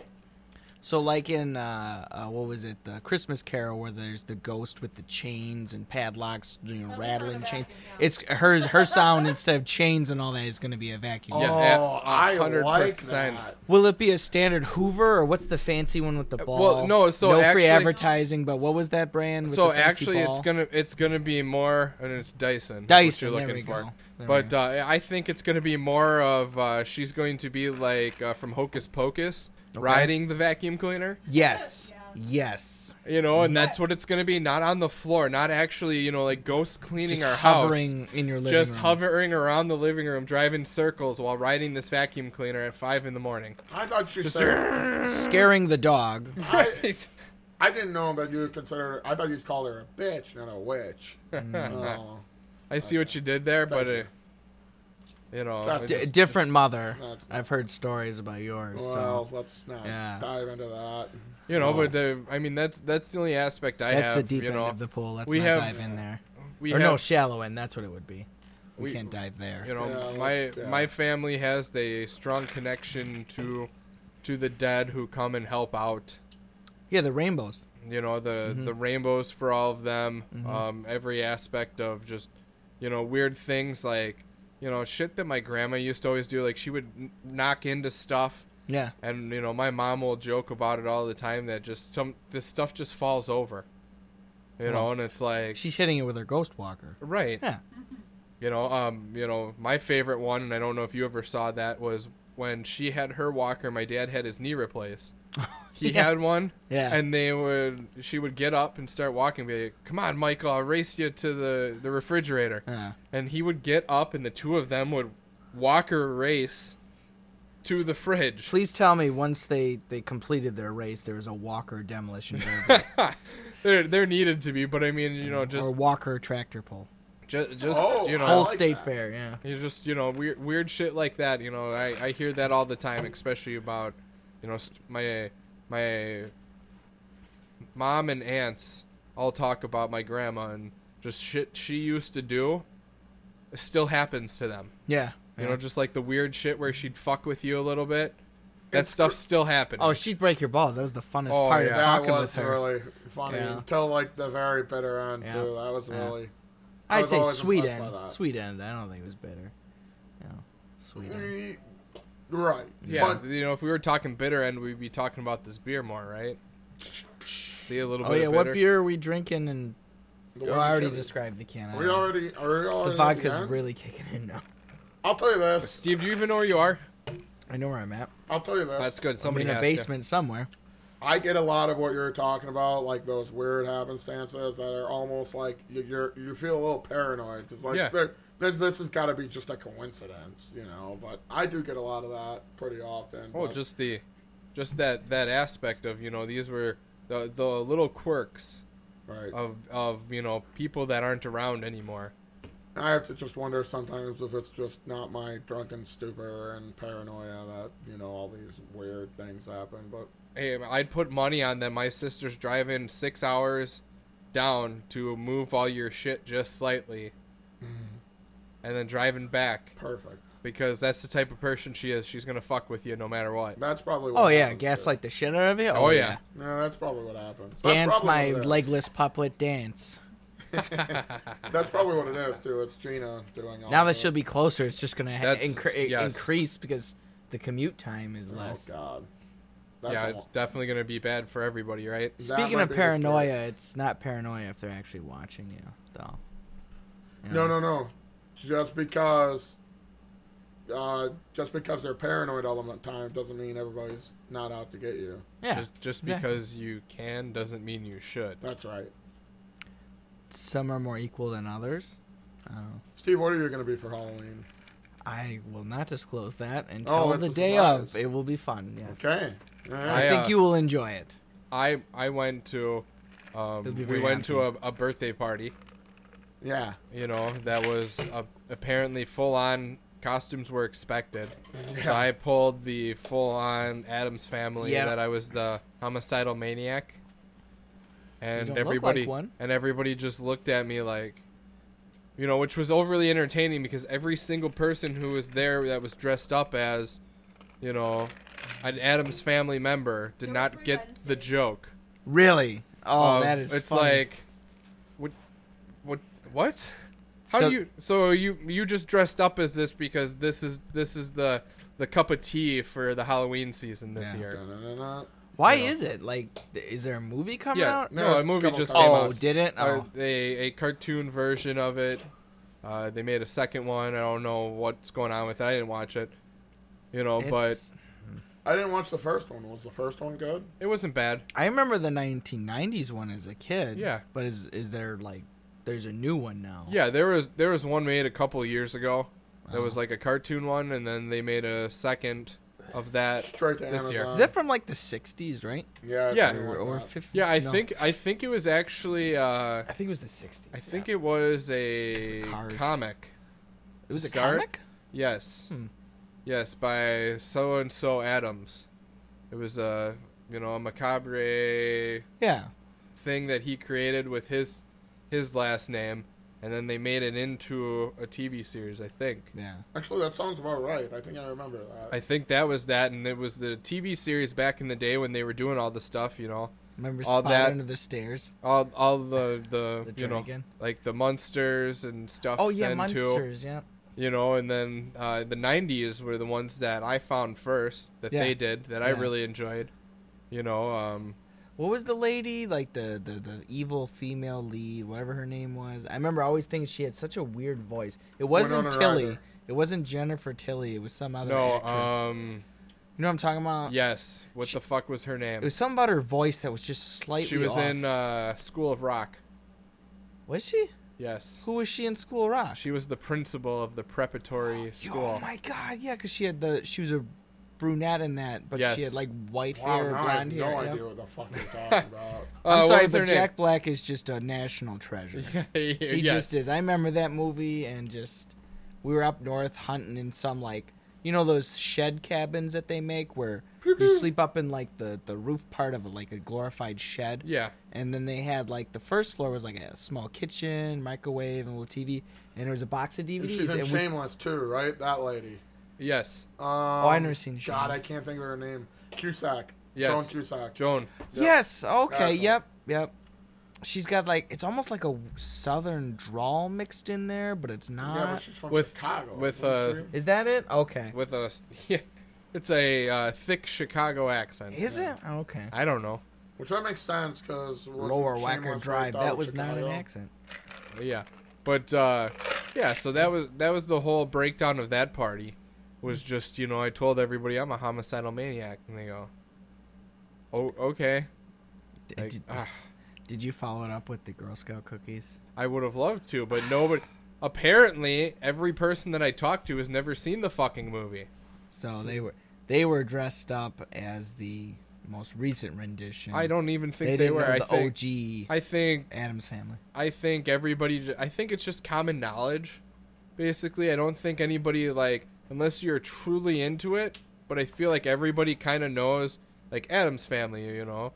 Speaker 3: So, like in uh, uh, what was it, the Christmas Carol, where there's the ghost with the chains and padlocks, you know,
Speaker 4: That was
Speaker 3: rattling
Speaker 4: not a
Speaker 3: chains.
Speaker 4: vacuum, no.
Speaker 3: It's hers. Her sound instead of chains and all that is going to be a vacuum.
Speaker 1: Oh,
Speaker 2: Yeah.
Speaker 1: I like
Speaker 2: 100%.
Speaker 1: that.
Speaker 3: Will it be a standard Hoover or what's the fancy one with the ball?
Speaker 2: Uh, well, no, so
Speaker 3: no
Speaker 2: actually-
Speaker 3: free advertising. But what was that brand? With
Speaker 2: so
Speaker 3: the fancy
Speaker 2: actually,
Speaker 3: ball?
Speaker 2: it's gonna it's gonna be more, and it's Dyson. is
Speaker 3: Dyson,
Speaker 2: what
Speaker 3: there
Speaker 2: you're looking
Speaker 3: we
Speaker 2: for.
Speaker 3: go. There we
Speaker 2: But uh, I think it's gonna be more of uh, she's going to be like uh, from Hocus Pocus, riding the vacuum cleaner.
Speaker 3: yes,
Speaker 4: Yeah.
Speaker 3: yes,
Speaker 2: You know, and that's what it's gonna be. Not on the floor, not actually, you know, like ghost cleaning
Speaker 3: just
Speaker 2: our
Speaker 3: hovering
Speaker 2: house.
Speaker 3: in your living
Speaker 2: Just
Speaker 3: room.
Speaker 2: hovering around the living room, driving circles while riding this vacuum cleaner at five in the morning.
Speaker 1: I thought you said.
Speaker 3: scaring the dog.
Speaker 1: I, I didn't know that you consider. I thought you called her a bitch, not a witch.
Speaker 3: Mm-hmm.
Speaker 1: Oh,
Speaker 2: I see what you did there, but
Speaker 1: you.
Speaker 2: it, you know,
Speaker 1: That's-
Speaker 2: it
Speaker 1: D-
Speaker 2: just-
Speaker 3: different mother.
Speaker 1: That's-
Speaker 3: I've heard stories about yours.
Speaker 1: well,
Speaker 3: so
Speaker 1: let's not
Speaker 3: yeah.
Speaker 1: dive into that.
Speaker 2: you know, but uh, I mean, that's that's the only aspect I
Speaker 3: that's
Speaker 2: have.
Speaker 3: the deep
Speaker 2: you
Speaker 3: end
Speaker 2: know,
Speaker 3: of the pool. Let's
Speaker 2: we
Speaker 3: not
Speaker 2: have-
Speaker 3: dive in there.
Speaker 2: we
Speaker 3: or
Speaker 2: have,
Speaker 3: no, shallow end. That's what it would be. We,
Speaker 2: We-
Speaker 3: can't dive there.
Speaker 2: you know,
Speaker 1: Yeah,
Speaker 2: my
Speaker 1: let's, yeah.
Speaker 2: my family has the strong connection to to the dead who come and help out.
Speaker 3: yeah, the rainbows.
Speaker 2: you know the
Speaker 3: Mm-hmm.
Speaker 2: the rainbows for all of them um, every aspect of just you know weird things like you know shit that my grandma used to always do like she would n- knock into stuff
Speaker 3: Yeah.
Speaker 2: and you know my mom will joke about it all the time that just some this stuff just falls over you know and it's like
Speaker 3: She's hitting it with her ghost walker.
Speaker 2: right
Speaker 3: Yeah.
Speaker 2: you know um you know my favorite one and i don't know if you ever saw that was when she had her walker my dad had his knee replaced he
Speaker 3: Yeah.
Speaker 2: had one
Speaker 3: Yeah.
Speaker 2: and they would she would get up and start walking be like come on michael i'll race you to the the refrigerator
Speaker 3: Yeah.
Speaker 2: and he would get up and the two of them would walk or race to the fridge
Speaker 3: Please tell me once they, they completed their race, there was a walker demolition derby
Speaker 2: there, there needed to be but i mean you know
Speaker 3: or
Speaker 2: just
Speaker 3: walker tractor pull.
Speaker 2: just, just
Speaker 1: Oh,
Speaker 2: you know
Speaker 1: I
Speaker 3: Whole
Speaker 1: like
Speaker 3: state
Speaker 1: that.
Speaker 3: fair, yeah.
Speaker 2: It's just you know weird weird shit like that. You know, I, I hear that all the time, especially about you know st- my my mom and aunts all talk about my grandma and just shit she used to do still happens to them.
Speaker 3: Yeah.
Speaker 2: You know, just like the weird shit where she'd fuck with you a little bit. That stuff's still happening.
Speaker 3: Oh, she'd break your balls. That was the funnest
Speaker 2: Oh,
Speaker 3: part
Speaker 2: yeah.
Speaker 3: of
Speaker 1: That
Speaker 3: talking
Speaker 1: was
Speaker 3: with her.
Speaker 1: really funny
Speaker 3: Yeah.
Speaker 1: until like the very bitter end
Speaker 3: Yeah.
Speaker 1: too. That was
Speaker 3: Yeah.
Speaker 1: really. I
Speaker 3: I'd
Speaker 1: was
Speaker 3: say
Speaker 1: always
Speaker 3: sweet
Speaker 1: impressed by
Speaker 3: end.
Speaker 1: that.
Speaker 3: Sweet end. I don't think it was better. Yeah. Sweet
Speaker 1: Mm,
Speaker 3: end.
Speaker 1: Right.
Speaker 2: yeah,
Speaker 1: But-
Speaker 2: you know, if we were talking bitter end, we'd be talking about this beer more, right? See a little
Speaker 3: Oh
Speaker 2: bit.
Speaker 3: yeah,
Speaker 2: of
Speaker 3: what
Speaker 2: bitter.
Speaker 3: beer are we drinking? And
Speaker 1: the
Speaker 3: oh,
Speaker 1: one
Speaker 3: I
Speaker 1: you
Speaker 3: already
Speaker 1: said-
Speaker 3: described the can. I
Speaker 1: We
Speaker 3: don't-
Speaker 1: already. Are we already
Speaker 3: the vodka's
Speaker 1: again?
Speaker 3: really kicking in now.
Speaker 1: I'll tell you this.
Speaker 2: Steve, do you even know where you are?
Speaker 3: I know where I'm at.
Speaker 1: I'll tell you this.
Speaker 2: That's good.
Speaker 3: I'm
Speaker 2: Somebody
Speaker 3: in a
Speaker 2: has to.
Speaker 3: basement somewhere.
Speaker 1: I get a lot of what you're talking about, like those weird happenstances that are almost like you- you're you feel a little paranoid because like
Speaker 2: Yeah.
Speaker 1: there- this, this has got to be just a coincidence, you know. But I do get a lot of that pretty often.
Speaker 2: Oh,
Speaker 1: but-
Speaker 2: just the, just that that aspect of you know these were the the little quirks
Speaker 1: right.
Speaker 3: uh,
Speaker 2: of of you know people that aren't around anymore.
Speaker 1: I have to just wonder sometimes if it's just not my drunken stupor and paranoia that you know all these weird things happen. But
Speaker 2: Hey, I'd put money on that my sister's driving six hours down to move all your shit just slightly,
Speaker 3: Mm-hmm.
Speaker 2: and then driving back
Speaker 1: perfect.
Speaker 2: because that's the type of person she is. She's gonna fuck with you no matter what.
Speaker 1: That's probably. What
Speaker 3: Oh yeah,
Speaker 1: happens, too.
Speaker 3: gaslight the shit out of you.
Speaker 2: Oh, yeah.
Speaker 1: Yeah, that's probably what happens. That's
Speaker 3: Dance
Speaker 1: probably
Speaker 3: my
Speaker 1: what it is.
Speaker 3: legless poplet dance.
Speaker 1: That's probably what it is too. It's Gina doing. All
Speaker 3: Now that
Speaker 1: the-
Speaker 3: she'll be closer, it's just gonna ha-
Speaker 2: That's-
Speaker 3: incre-
Speaker 2: yes.
Speaker 3: increase because the commute time is less.
Speaker 1: Oh God. That's
Speaker 2: yeah,
Speaker 1: a
Speaker 2: it's
Speaker 1: lo-
Speaker 2: definitely gonna be bad for everybody, right?
Speaker 1: that
Speaker 3: Speaking
Speaker 1: might
Speaker 3: of
Speaker 1: be the scary-
Speaker 3: paranoia, it's not paranoia if they're actually watching you, though. You
Speaker 1: No,
Speaker 3: know?
Speaker 1: no, no. Just because, uh, just because they're paranoid all the time doesn't mean everybody's not out to get you.
Speaker 3: Yeah,
Speaker 2: Just, just
Speaker 3: exactly.
Speaker 2: because you can doesn't mean you should.
Speaker 1: That's right.
Speaker 3: some are more equal than others. Uh,
Speaker 1: Steve, what are you going to be for Halloween?
Speaker 3: I will not disclose that until
Speaker 1: Oh, that's
Speaker 3: the
Speaker 1: a
Speaker 3: day
Speaker 1: surprise.
Speaker 3: of. It will be fun. Yes.
Speaker 1: Okay. All
Speaker 3: I,
Speaker 1: right.
Speaker 2: I,
Speaker 3: think
Speaker 2: uh,
Speaker 3: you will enjoy it.
Speaker 2: I I went to
Speaker 3: It'll
Speaker 2: um,
Speaker 3: be
Speaker 2: we
Speaker 3: very
Speaker 2: went to a, a birthday party.
Speaker 1: yeah.
Speaker 2: You know that was uh apparently full on costumes were expected. So I pulled the full on Adams family
Speaker 3: Yeah.
Speaker 2: that I was the homicidal maniac,
Speaker 3: don't
Speaker 2: and
Speaker 3: look like
Speaker 2: everybody
Speaker 3: one.
Speaker 2: and everybody just looked at me like. You know, which was overly entertaining because every single person who was there that was dressed up as, you know, an Adams family member did
Speaker 4: Don't
Speaker 2: not get
Speaker 4: pretend
Speaker 2: the
Speaker 4: face.
Speaker 2: joke.
Speaker 3: Really? Oh,
Speaker 1: uh,
Speaker 2: of-
Speaker 3: that is.
Speaker 2: Um, It's
Speaker 3: fun.
Speaker 2: like, what, what, what? How
Speaker 3: So-
Speaker 2: do you? So you you just dressed up as this because this is this is the the cup of tea for the Halloween season this
Speaker 3: Yeah.
Speaker 2: year.
Speaker 1: Da-na-na-na.
Speaker 3: Why
Speaker 2: you know.
Speaker 3: is it like? th- Is there a movie coming
Speaker 2: Yeah,
Speaker 3: out?
Speaker 1: No,
Speaker 2: no,
Speaker 1: it's
Speaker 2: a movie
Speaker 1: couple
Speaker 2: just
Speaker 1: times.
Speaker 2: came
Speaker 3: Oh,
Speaker 2: out.
Speaker 3: did it?
Speaker 2: Uh,
Speaker 3: Oh,
Speaker 2: they- a cartoon version of it. Uh, they made a second one. I don't know what's going on with it. I didn't watch it. You know, but
Speaker 3: it's-
Speaker 1: I didn't watch the first one. Was the first one good?
Speaker 2: it wasn't bad.
Speaker 3: I remember the 1990s one as a kid.
Speaker 2: Yeah.
Speaker 3: But is is there like? There's a new one now.
Speaker 2: Yeah, there was there was one made a couple years ago. That
Speaker 3: Wow.
Speaker 2: was like a cartoon one, and then they made a second of that
Speaker 1: Straight to
Speaker 2: Uh, this year.
Speaker 1: Amazon.
Speaker 3: Is that from like the 60s, right?
Speaker 1: Yeah.
Speaker 2: Yeah.
Speaker 1: something
Speaker 3: Or,
Speaker 1: like
Speaker 3: or
Speaker 1: that.
Speaker 3: 50s?
Speaker 2: Yeah, I
Speaker 3: No.
Speaker 2: think I think it was actually uh,
Speaker 3: I think it was the 60s.
Speaker 2: I think
Speaker 3: yeah.
Speaker 2: it was
Speaker 3: Just the
Speaker 2: a
Speaker 3: cars.
Speaker 2: comic.
Speaker 3: it was a
Speaker 2: Start?
Speaker 3: comic.
Speaker 2: Yes.
Speaker 3: Hmm.
Speaker 2: Yes, by so and so Adams. It was a you know a macabre
Speaker 3: Yeah.
Speaker 2: thing that he created with his his last name, and then they made it into a TV series. I think.
Speaker 3: Yeah.
Speaker 1: Actually, that sounds about right. I think I remember that.
Speaker 2: I think that was that, and it was the TV series back in the day when they were doing all the stuff. You know,
Speaker 3: Remember
Speaker 2: All
Speaker 3: Spot
Speaker 2: that-
Speaker 3: Under the Stairs?
Speaker 2: all all the the,
Speaker 3: The
Speaker 2: you know
Speaker 3: dragon.
Speaker 2: like the monsters and stuff.
Speaker 3: Oh yeah,
Speaker 2: then, too.
Speaker 3: monsters. Yeah.
Speaker 2: you know and then uh, the 90s were the ones that i found first that
Speaker 3: Yeah.
Speaker 2: they did that i
Speaker 3: Yeah.
Speaker 2: really enjoyed you know um,
Speaker 3: What was the lady like the, the the evil female lead, whatever her name was? I remember I always thinking she had such a weird voice. It wasn't
Speaker 1: Winona
Speaker 3: Tilly.
Speaker 1: Ryder.
Speaker 3: It wasn't Jennifer Tilly. It was some other
Speaker 2: no
Speaker 3: actress.
Speaker 2: um
Speaker 3: you know what I'm talking about?
Speaker 2: yes what
Speaker 3: She-
Speaker 2: the fuck was her name
Speaker 3: It was something about her voice that was just slightly.
Speaker 2: she was
Speaker 3: off.
Speaker 2: in uh, school of rock
Speaker 3: Was she?
Speaker 2: yes
Speaker 3: Who was she in School Rock?
Speaker 2: she was the principal of the preparatory
Speaker 3: Yo,
Speaker 2: school Uh,
Speaker 3: Oh my god, yeah, because she had the she was a brunette in that, but
Speaker 2: Yes.
Speaker 3: she had like white
Speaker 1: wow,
Speaker 3: hair,
Speaker 1: now I have
Speaker 3: blonde
Speaker 1: no
Speaker 3: hair. yeah.
Speaker 1: idea what the fuck you're talking about.
Speaker 2: Uh,
Speaker 3: I'm
Speaker 2: what
Speaker 3: sorry,
Speaker 2: was her
Speaker 3: but
Speaker 2: name?
Speaker 3: Jack Black is just a national treasure. He
Speaker 2: Uh, yes.
Speaker 3: just is. I remember that movie and just we were up north hunting in some like you know those shed cabins that they make where you sleep up in like the the roof part of like a glorified shed.
Speaker 2: yeah
Speaker 3: And then they had like the first floor was like a small kitchen, microwave, and a little TV, and there was a box of
Speaker 1: And
Speaker 3: DVDs.
Speaker 1: she's in
Speaker 3: and we,
Speaker 1: Shameless too, right? That lady.
Speaker 2: yes
Speaker 1: Um,
Speaker 3: oh, I never seen.
Speaker 1: God, I
Speaker 3: Shameless.
Speaker 1: can't think of her name. Cusack.
Speaker 2: Yes.
Speaker 1: Joan Cusack.
Speaker 2: joan
Speaker 1: Yeah.
Speaker 3: Yes. Okay.
Speaker 1: That's it.
Speaker 3: Yep. Yep. She's got like it's almost like a southern drawl mixed in there, but it's
Speaker 1: yeah,
Speaker 3: not.
Speaker 1: but she's from
Speaker 2: with-
Speaker 1: Chicago.
Speaker 2: with,
Speaker 1: isn't
Speaker 2: uh,
Speaker 1: she?
Speaker 3: Is that it? Okay.
Speaker 2: with a yeah, it's a uh, thick chicago accent
Speaker 3: Is it? Okay.
Speaker 2: i don't know
Speaker 1: Which that makes sense because
Speaker 3: Lower Wacker Drive. That was not an accent.
Speaker 2: Yeah, but uh, yeah, so that was that was the whole breakdown of that party. Was just you know I told everybody I'm a homicidal maniac, and they go, "Oh, okay."
Speaker 3: D-
Speaker 2: Like,
Speaker 3: did,
Speaker 2: ah,
Speaker 3: did you follow it up with the Girl Scout cookies?
Speaker 2: I would have loved to, but nobody. Apparently, every person that I talked to has never seen the fucking movie.
Speaker 3: So
Speaker 2: Hmm.
Speaker 3: they were they were dressed up as the most recent rendition.
Speaker 2: I don't even think
Speaker 3: They,
Speaker 2: they,
Speaker 3: didn't
Speaker 2: were.
Speaker 3: know
Speaker 2: I
Speaker 3: the
Speaker 2: think.
Speaker 3: OG
Speaker 2: I think.
Speaker 3: Adams family.
Speaker 2: I think everybody. j- I think it's just common knowledge. Basically, I don't think anybody like unless you're truly into it. But I feel like everybody kind of knows like Adam's family. You know,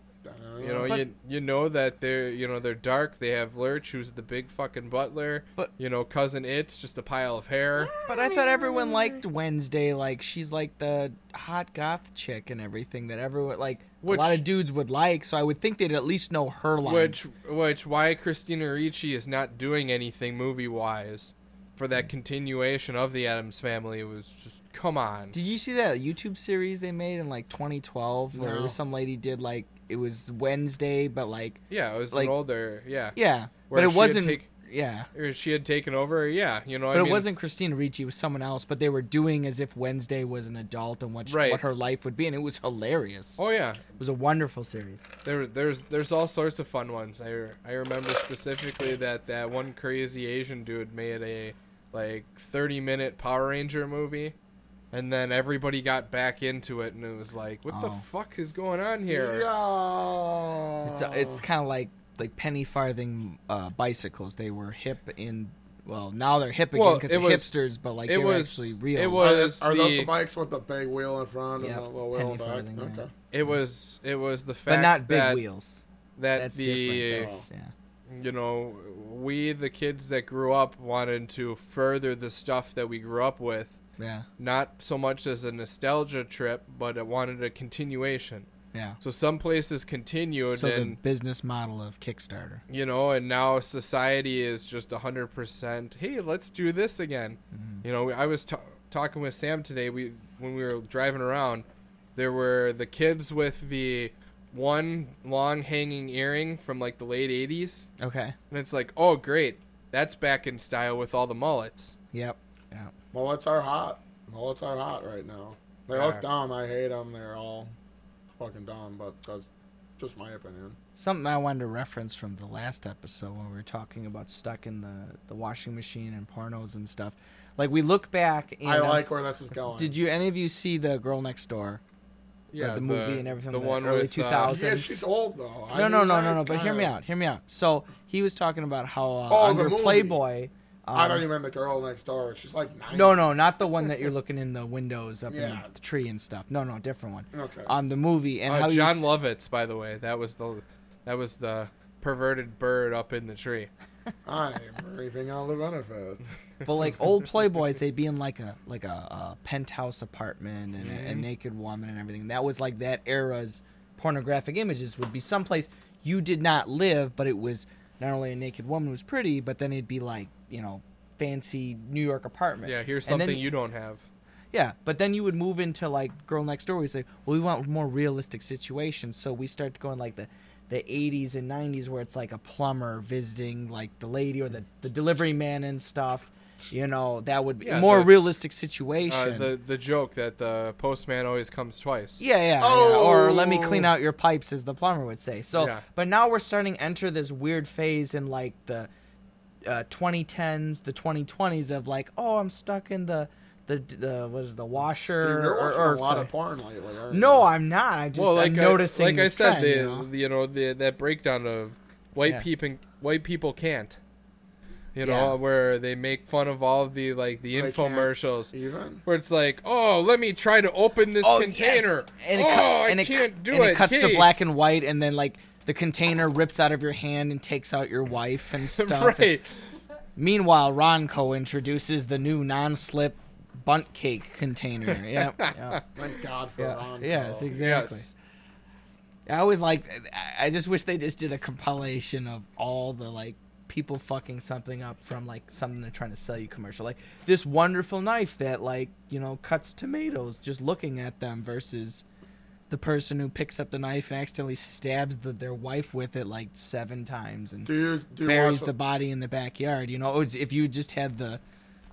Speaker 2: you know,
Speaker 3: But-
Speaker 2: you you know that they're you know they're dark. They have Lurch, who's the big fucking butler.
Speaker 3: But-
Speaker 2: you know, cousin It's just a pile of hair.
Speaker 3: But I thought everyone liked Wednesday. Like she's like the hot goth chick and everything that everyone like
Speaker 2: Which-
Speaker 3: a lot of dudes would like. So I would think they'd at least know her lines.
Speaker 2: Which which why Christina Ricci is not doing anything movie wise for that continuation of the Adams family was just come on.
Speaker 3: did you see that YouTube series they made in like 2012 where
Speaker 1: No.
Speaker 3: some lady did like it was Wednesday, but like
Speaker 2: Yeah, it was
Speaker 3: like-
Speaker 2: an older. Yeah.
Speaker 3: yeah,
Speaker 2: Where
Speaker 3: but
Speaker 2: she
Speaker 3: it
Speaker 2: had
Speaker 3: wasn't
Speaker 2: take-
Speaker 3: yeah.
Speaker 2: or she had taken over. Yeah, you know, I
Speaker 3: But it
Speaker 2: mean,
Speaker 3: wasn't Christina Ricci; it was someone else. But they were doing as if Wednesday was an adult and what she-
Speaker 2: Right.
Speaker 3: what her life would be, and it was hilarious.
Speaker 2: Oh yeah,
Speaker 3: It was a wonderful series.
Speaker 2: there, there's there's all sorts of fun ones. I I remember specifically that that one crazy Asian dude made a like 30 minute Power Ranger movie, and then everybody got back into it, and it was like, what the
Speaker 3: Oh.
Speaker 2: fuck is going on here?
Speaker 1: Yeah.
Speaker 3: It's uh, it's kind of like like penny farthing uh, bicycles. They were hip in well now they're hip again
Speaker 2: Well,
Speaker 3: because
Speaker 2: it
Speaker 3: of
Speaker 2: was-
Speaker 3: hipsters, but like
Speaker 2: it
Speaker 3: they were
Speaker 2: was-
Speaker 3: actually real.
Speaker 2: it
Speaker 1: Are,
Speaker 2: was
Speaker 1: are those the
Speaker 2: the-
Speaker 1: bikes with the big wheel in front
Speaker 3: Yep,
Speaker 1: and the little wheel in
Speaker 3: penny
Speaker 1: back?
Speaker 3: farthing, yeah.
Speaker 1: Okay.
Speaker 2: It was it was the
Speaker 3: but
Speaker 2: fact
Speaker 3: not big
Speaker 2: that,
Speaker 3: wheels.
Speaker 2: that
Speaker 3: That's
Speaker 2: the
Speaker 3: different. That's, yeah.
Speaker 2: you know, we the kids that grew up wanted to further the stuff that we grew up with
Speaker 3: Yeah,
Speaker 2: not so much as a nostalgia trip, but it wanted a continuation.
Speaker 3: yeah.
Speaker 2: So some places continued,
Speaker 3: So the
Speaker 2: and
Speaker 3: business model of Kickstarter.
Speaker 2: you know, and now society is just hundred percent. Hey, let's do this again.
Speaker 3: Mm-hmm.
Speaker 2: You know, I was ta talking with Sam today. We when we were driving around, there were the kids with the one long hanging earring from like the late '80s,
Speaker 3: Okay.
Speaker 2: and it's like, oh great, that's back in style with all the mullets.
Speaker 3: Yep. Yeah.
Speaker 1: Mullets are hot. Mullets are hot right now. They
Speaker 2: Yeah.
Speaker 1: look dumb. I hate them. They're all fucking dumb, but that's just my opinion.
Speaker 3: Something I wanted to reference from the last episode when we were talking about stuck in the, the washing machine and pornos and stuff. Like we look back and
Speaker 1: I
Speaker 3: um,
Speaker 1: like where this is going.
Speaker 3: Did you any of you see the girl next door?
Speaker 2: yeah,
Speaker 3: the movie and everything,
Speaker 2: The
Speaker 3: the
Speaker 2: one
Speaker 3: early
Speaker 2: with uh,
Speaker 3: 2000s.
Speaker 1: yeah, she's old though. I
Speaker 3: No, no,
Speaker 1: knew
Speaker 3: no,
Speaker 1: that
Speaker 3: no, no. But hear me
Speaker 1: kinda-
Speaker 3: out. Hear me out. So he was talking about how
Speaker 1: Oh,
Speaker 3: uh,
Speaker 1: the
Speaker 3: under
Speaker 1: movie.
Speaker 3: Playboy. Um,
Speaker 1: I don't even mean the girl next door. She's like nine.
Speaker 3: No, no, not the one that you're looking in the windows up in
Speaker 1: Yeah.
Speaker 3: the, the tree and stuff. No, no, different one.
Speaker 1: Okay.
Speaker 3: On the movie and
Speaker 2: uh,
Speaker 3: how
Speaker 2: John
Speaker 3: he's,
Speaker 2: Lovitz, by the way. That was the that was the perverted bird up in the tree.
Speaker 1: I'm reaping all the benefits.
Speaker 3: but like old Playboys, they'd be in like a like a, a penthouse apartment and
Speaker 2: Mm.
Speaker 3: a, a naked woman and everything. That was like that era's pornographic images would be someplace you did not live, but it was not only a naked woman who was pretty, but then it'd be like you know fancy New York apartment.
Speaker 2: Yeah, here's
Speaker 3: And
Speaker 2: something
Speaker 3: then-
Speaker 2: you don't have.
Speaker 3: Yeah, but then you would move into like Girl Next Door. We say, well, we want more realistic situations, so we start going like the the 80s and 90s where it's like a plumber visiting like the lady or the, the delivery man and stuff. You know, that would be
Speaker 2: Yeah,
Speaker 3: more
Speaker 2: the-
Speaker 3: realistic
Speaker 2: Uh,
Speaker 3: situation.
Speaker 2: the the joke that the postman always comes twice.
Speaker 3: yeah, yeah, yeah. Or let me
Speaker 1: Oh.
Speaker 3: clean out your pipes, as the plumber would say. So,
Speaker 2: Yeah.
Speaker 3: but now we're starting to enter this weird phase in like the uh, 2010s, the 2020s of like, oh, I'm stuck in the the the what is it, the washer
Speaker 1: Dude, you're
Speaker 3: or,
Speaker 1: watching
Speaker 3: or
Speaker 1: a lot
Speaker 3: sorry.
Speaker 1: of porn lately. Aren't
Speaker 3: No,
Speaker 1: you?
Speaker 3: I'm not. I just
Speaker 2: well, like
Speaker 3: I'm
Speaker 2: I,
Speaker 3: noticing.
Speaker 2: like I
Speaker 3: this
Speaker 2: said,
Speaker 3: trend,
Speaker 2: the
Speaker 3: you know?
Speaker 2: you know the, that breakdown of white
Speaker 3: Yeah.
Speaker 2: people white people can't. You know,
Speaker 3: Yeah.
Speaker 2: where they make fun of all of the like the
Speaker 1: They can't
Speaker 2: infomercials.
Speaker 1: even.
Speaker 2: where it's like, oh, let me try to open this
Speaker 3: Oh,
Speaker 2: container.
Speaker 3: yes. And it
Speaker 2: oh,
Speaker 3: cut-
Speaker 2: I
Speaker 3: and it,
Speaker 2: can't do
Speaker 3: and
Speaker 2: it.
Speaker 3: it cuts
Speaker 2: Hey.
Speaker 3: to black and white, and then like the container rips out of your hand and takes out your wife and stuff.
Speaker 2: right.
Speaker 3: Meanwhile, Ronco introduces the new non-slip bunt cake container. Yeah, yeah,
Speaker 1: Thank God for
Speaker 3: yeah.
Speaker 1: Ron.
Speaker 3: yes,
Speaker 1: Paul.
Speaker 3: exactly.
Speaker 2: Yes.
Speaker 3: I always like. I- I just wish they just did a compilation of all the like people fucking something up from like something they're trying to sell you commercial, like this wonderful knife that like you know cuts tomatoes just looking at them versus the person who picks up the knife and accidentally stabs the, their wife with it like seven times and
Speaker 1: Do you do you
Speaker 3: buries
Speaker 1: watch
Speaker 3: the body in the backyard. You know, Oh, It's- if you just had the,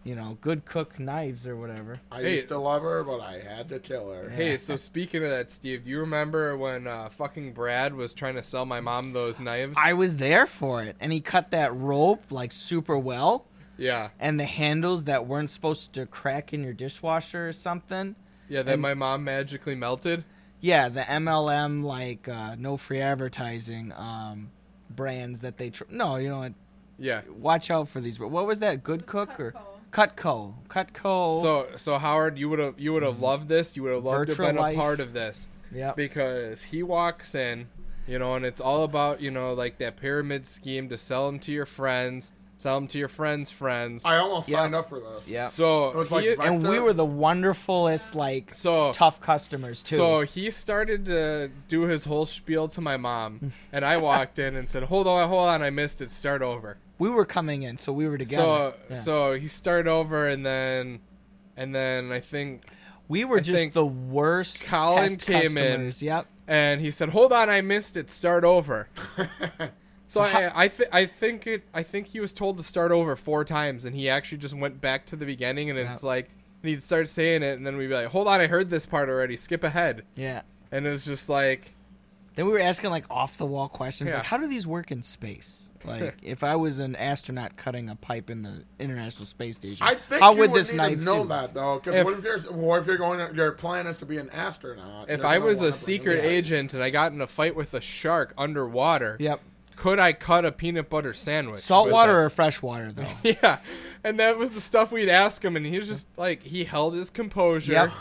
Speaker 3: you know, good cook knives or whatever.
Speaker 1: I
Speaker 2: Hey.
Speaker 1: used to love her, but I had to kill her.
Speaker 2: Hey, so speaking of that, Steve, do you remember when uh, fucking Brad was trying to sell my mom those knives?
Speaker 3: I was there for it, and he cut that rope like super well.
Speaker 2: yeah,
Speaker 3: and the handles that weren't supposed to crack in your dishwasher or something.
Speaker 2: yeah, that my mom magically melted.
Speaker 3: Yeah, the MLM like uh, no free advertising um, brands that they tr- no, you know,
Speaker 2: Yeah.
Speaker 3: watch out for these. But what was that? Good
Speaker 4: was
Speaker 3: Cook or Cutco? Cutco.
Speaker 2: So, so Howard, you would have, you would
Speaker 1: Mm-hmm.
Speaker 2: have loved this. You would have loved to have been a
Speaker 3: Virtualife.
Speaker 2: part of this.
Speaker 3: yeah,
Speaker 2: because he walks in, you know, and it's all about you know like that pyramid scheme to sell them to your friends, sell them to your friends' friends.
Speaker 1: I almost
Speaker 3: Yeah.
Speaker 1: signed up for this.
Speaker 3: yeah.
Speaker 1: It
Speaker 2: So
Speaker 1: was like
Speaker 2: he-
Speaker 1: vi-
Speaker 3: and we were the wonderfulest like
Speaker 2: uh, so
Speaker 3: tough customers too.
Speaker 2: So he started to do his whole spiel to my mom, and I walked in and said, "Hold on, hold on, I missed it. Start over."
Speaker 3: we were coming in, so we were together.
Speaker 2: So
Speaker 3: Yeah.
Speaker 2: so he started over, and then and then I think
Speaker 3: we were
Speaker 2: I think
Speaker 3: just the worst
Speaker 2: Colin
Speaker 3: test
Speaker 2: came in.
Speaker 3: customers. Yep.
Speaker 2: and he said, "Hold on, I missed it. Start over." so I I, th- I think it I think he was told to start over four times, and he actually just went back to the beginning, and it's
Speaker 3: Yeah.
Speaker 2: like. And he'd start saying it, and then we'd be like, "Hold on, I heard this part already. Skip ahead."
Speaker 3: Yeah.
Speaker 2: And it was just like,
Speaker 3: Then we were asking like off the wall questions,
Speaker 2: Yeah.
Speaker 3: like how do these work in space? Like if I was an astronaut cutting a pipe in the International Space Station,
Speaker 1: I think
Speaker 3: how
Speaker 1: you
Speaker 3: would
Speaker 1: would
Speaker 3: this
Speaker 1: need
Speaker 3: knife
Speaker 1: to know
Speaker 3: do?
Speaker 1: that though, because
Speaker 2: If-
Speaker 1: what if you're what if you're going to- your plan is to be an astronaut?
Speaker 2: if
Speaker 1: You're
Speaker 2: I
Speaker 1: gonna
Speaker 2: was a
Speaker 1: wanna bring
Speaker 2: secret
Speaker 1: that.
Speaker 2: agent and I got in a fight with a shark underwater,
Speaker 3: Yep,
Speaker 2: could I cut a peanut butter sandwich?
Speaker 3: salt
Speaker 2: with
Speaker 3: water or fresh water though.
Speaker 2: it? Yeah, and that was the stuff we'd ask him, and he was just like he held his composure.
Speaker 3: Yep,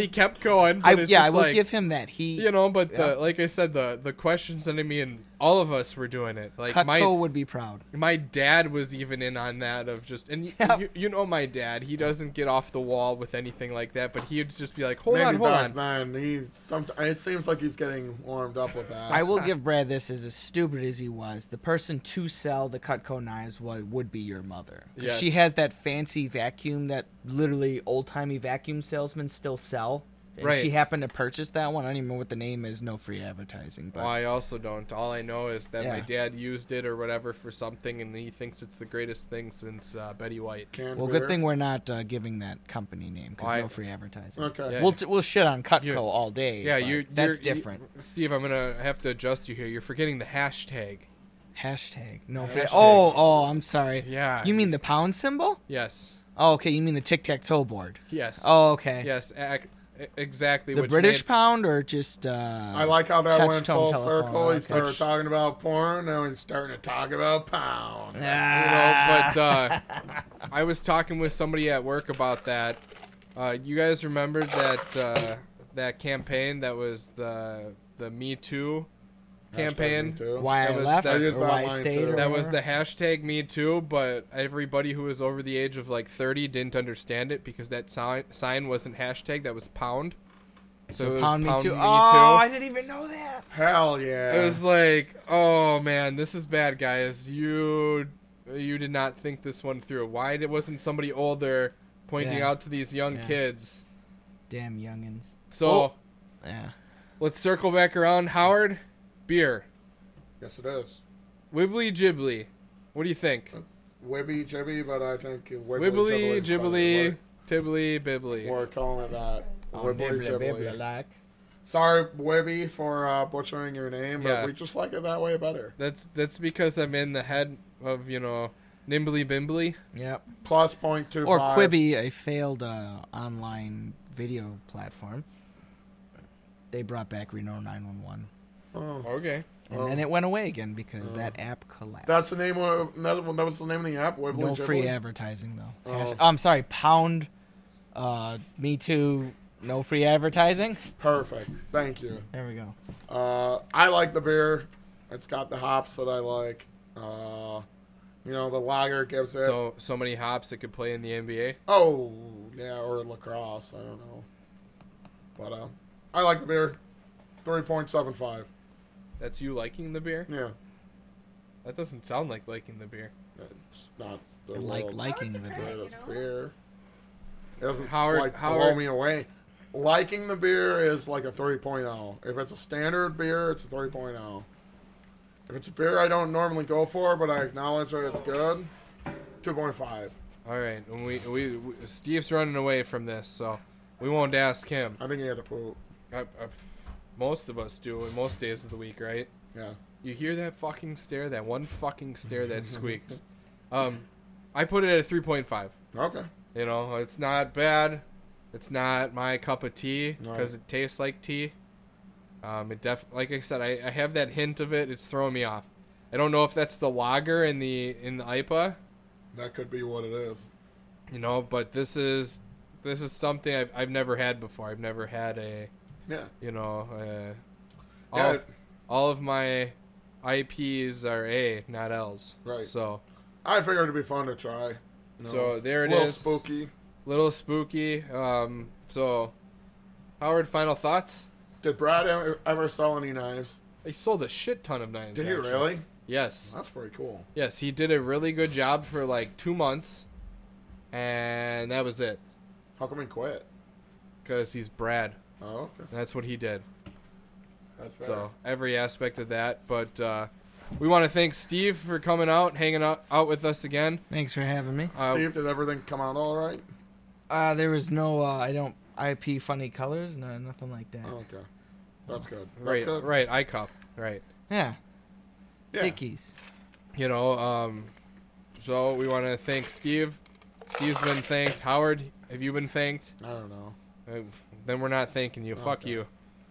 Speaker 2: He kept going.
Speaker 3: I
Speaker 2: But it's
Speaker 3: yeah, I
Speaker 2: just
Speaker 3: will
Speaker 2: like,
Speaker 3: give him that. He
Speaker 2: You know, but the, like I said, the the questions and I mean, all of us were doing it. Like
Speaker 3: Cutco
Speaker 2: my
Speaker 3: would be proud.
Speaker 2: my dad was even in on that of just and y-
Speaker 3: Yep.
Speaker 2: you, you know my dad, he doesn't get off the wall with anything like that, but he'd just be like, hold
Speaker 1: Maybe
Speaker 2: on, hold
Speaker 1: back
Speaker 2: on.
Speaker 1: then he's some. It seems like he's getting warmed up with that.
Speaker 3: I will give Brad this as as stupid as he was. The person to sell the Cutco knives was, would be your mother. 'Cause
Speaker 2: Yes.
Speaker 3: She has that fancy vacuum that literally old timey vacuum salesmen still sell. And
Speaker 2: Right.
Speaker 3: She happened to purchase that one. I don't even know what the name is. No free advertising. But
Speaker 2: Well, I also don't. All I know is that my
Speaker 3: Yeah.
Speaker 2: dad used it or whatever for something, and he thinks it's the greatest thing since uh, Betty White.
Speaker 1: Canned
Speaker 3: well, good
Speaker 1: beer.
Speaker 3: thing we're not uh, giving that company name because
Speaker 2: I-
Speaker 3: no free advertising.
Speaker 1: Okay.
Speaker 2: Yeah.
Speaker 3: We'll t- we'll shit on Cutco
Speaker 2: You-
Speaker 3: all day.
Speaker 2: Yeah,
Speaker 3: but
Speaker 2: you.
Speaker 3: That's
Speaker 2: you're- you-
Speaker 3: different.
Speaker 2: Steve, I'm gonna have to adjust you here. You're forgetting the hashtag.
Speaker 3: Hashtag no free.
Speaker 2: Hashtag.
Speaker 3: Oh, oh, I'm sorry.
Speaker 2: Yeah.
Speaker 3: You mean the pound symbol?
Speaker 2: Yes.
Speaker 5: Oh, okay. You mean the tic tac toe board?
Speaker 2: Yes.
Speaker 5: Oh, okay.
Speaker 2: Yes, ac- exactly.
Speaker 5: The
Speaker 2: which
Speaker 5: British
Speaker 2: made-
Speaker 5: pound or just? Uh,
Speaker 1: I like how that
Speaker 5: touch
Speaker 1: went
Speaker 5: tone
Speaker 1: full
Speaker 5: telephone,
Speaker 1: circle.
Speaker 5: okay.
Speaker 1: He started
Speaker 5: Which-
Speaker 1: talking about porn, now he's starting to talk about pound.
Speaker 2: you know, but uh, I was talking with somebody at work about that. Uh, you guys remember that uh, that campaign that was the the Me Too
Speaker 1: Hashtag
Speaker 2: campaign?
Speaker 1: me too.
Speaker 5: why
Speaker 2: That
Speaker 5: I
Speaker 2: was-
Speaker 5: left
Speaker 2: that- I
Speaker 1: just
Speaker 5: or why I
Speaker 1: thought mine
Speaker 5: stayed.
Speaker 1: too.
Speaker 5: Or
Speaker 2: That was the
Speaker 5: whatever?
Speaker 2: hashtag Me Too, but everybody who was over the age of like 30 didn't understand it because that sign sign wasn't hashtag, that was pound. So, it was
Speaker 5: pound
Speaker 2: pound
Speaker 5: me too.
Speaker 2: Me
Speaker 5: Oh,
Speaker 2: Too.
Speaker 5: I didn't even know that.
Speaker 1: Hell yeah.
Speaker 2: It was like, oh man, this is bad, guys. You you did not think this one through. Why did, wasn't somebody older pointing
Speaker 5: Yeah.
Speaker 2: out to these young
Speaker 5: Yeah.
Speaker 2: kids?
Speaker 5: Damn youngins.
Speaker 2: So
Speaker 5: Well- Yeah.
Speaker 2: let's circle back around. Howard, beer,
Speaker 1: yes, it is.
Speaker 2: wibbly jibbly. What do you think?
Speaker 1: Wibby jibby, but I think wibbly, jibbly
Speaker 2: Wibbly
Speaker 1: is probably
Speaker 2: jibbly,
Speaker 1: the
Speaker 2: tibbly
Speaker 1: word.
Speaker 2: bibbly.
Speaker 1: We're calling it that.
Speaker 3: Oh,
Speaker 1: Wibbly
Speaker 5: Bibbly, bibbly,
Speaker 1: jibbly.
Speaker 5: like.
Speaker 1: Sorry, Wibby, for uh, butchering your name, but
Speaker 2: Yeah.
Speaker 1: we just like it that way better.
Speaker 2: That's that's because I'm in the head of you know nimbly bimbly.
Speaker 5: Yep.
Speaker 1: Plus point two.
Speaker 5: Or Quibi, a failed uh, online video platform. They brought back Reno 911,
Speaker 1: Oh.
Speaker 2: Okay.
Speaker 5: and
Speaker 1: Oh.
Speaker 5: then it went away again because
Speaker 2: Oh.
Speaker 5: that app collapsed.
Speaker 1: That's the name of that was that was the name of the app. Wibbly
Speaker 5: no free
Speaker 1: jibbly.
Speaker 5: advertising though.
Speaker 1: Oh.
Speaker 5: Hash- I'm sorry, pound. Uh, me too. No free advertising.
Speaker 1: Perfect. Thank you.
Speaker 5: There we go.
Speaker 1: Uh, I like the beer. It's got the hops that I like. Uh, you know, the lager gives it.
Speaker 2: So so many hops that could play in the NBA.
Speaker 1: oh, yeah, or lacrosse. I don't know. But uh, I like the beer. 3.75.
Speaker 2: That's you liking the beer.
Speaker 1: Yeah.
Speaker 2: That doesn't sound like liking the beer.
Speaker 1: It's not the
Speaker 5: Like
Speaker 1: world's
Speaker 5: liking
Speaker 4: it's a
Speaker 5: the
Speaker 4: credit.
Speaker 5: beer.
Speaker 1: greatest
Speaker 4: You know?
Speaker 1: beer. It doesn't
Speaker 2: Howard-
Speaker 1: like, blow
Speaker 2: Howard-
Speaker 1: me away. Liking the beer is like a 3.0. If it's a standard beer, it's a 3.0. If it's a beer I don't normally go for, but I acknowledge that it's good, 2.5.
Speaker 2: All right, and we, we we Steve's running away from this, so we won't ask him.
Speaker 1: I think he had to poop.
Speaker 2: I, I, most of us do, and most days of the week, right?
Speaker 1: Yeah.
Speaker 2: You hear that fucking stare, that one fucking stare that squeaks. um, I put it at a three point five.
Speaker 1: Okay.
Speaker 2: You know, it's not bad. It's not my cup of tea
Speaker 1: Right.
Speaker 2: because it tastes like tea. Um, it def like I said, I, I have that hint of it. It's throwing me off. I don't know if that's the lager in the in the IPA.
Speaker 1: That could be what it is.
Speaker 2: you know but this is this is something I've, I've never had before i've never had a
Speaker 1: Yeah.
Speaker 2: you know uh, all,
Speaker 1: Yeah, it-
Speaker 2: all of my ips are a not l's
Speaker 1: Right.
Speaker 2: so
Speaker 1: I figured it'd be fun to try. No.
Speaker 2: so there it is.
Speaker 1: a little spooky.
Speaker 2: little spooky um so howard final thoughts
Speaker 1: Did Brad ever, ever sell any knives?
Speaker 2: he sold a shit ton of knives
Speaker 1: Did he
Speaker 2: actually.
Speaker 1: really?
Speaker 2: yes
Speaker 1: That's pretty cool.
Speaker 2: yes he did a really good job for like two months and that was it
Speaker 1: How come he quit?
Speaker 2: because he's brad
Speaker 1: Oh, okay.
Speaker 2: that's what he did
Speaker 1: That's fair.
Speaker 2: So every aspect of that, but uh, we want to thank Steve for coming out, hanging out, out with us again.
Speaker 5: Thanks for having me.
Speaker 2: Uh,
Speaker 1: Steve, did everything come out all right?
Speaker 5: Uh, there was no. Uh, I don't IP funny colors. No, nothing like that.
Speaker 1: Oh, okay. That's good. That's
Speaker 2: right,
Speaker 1: good.
Speaker 2: right, I cup, right.
Speaker 5: Yeah.
Speaker 1: Yeah.
Speaker 5: Dickies.
Speaker 2: You know, um, so we want to thank Steve. Steve's been thanked. Howard, have you been thanked?
Speaker 1: I don't know.
Speaker 2: Uh, then we're not thanking you. Fuck
Speaker 1: Okay.
Speaker 2: you.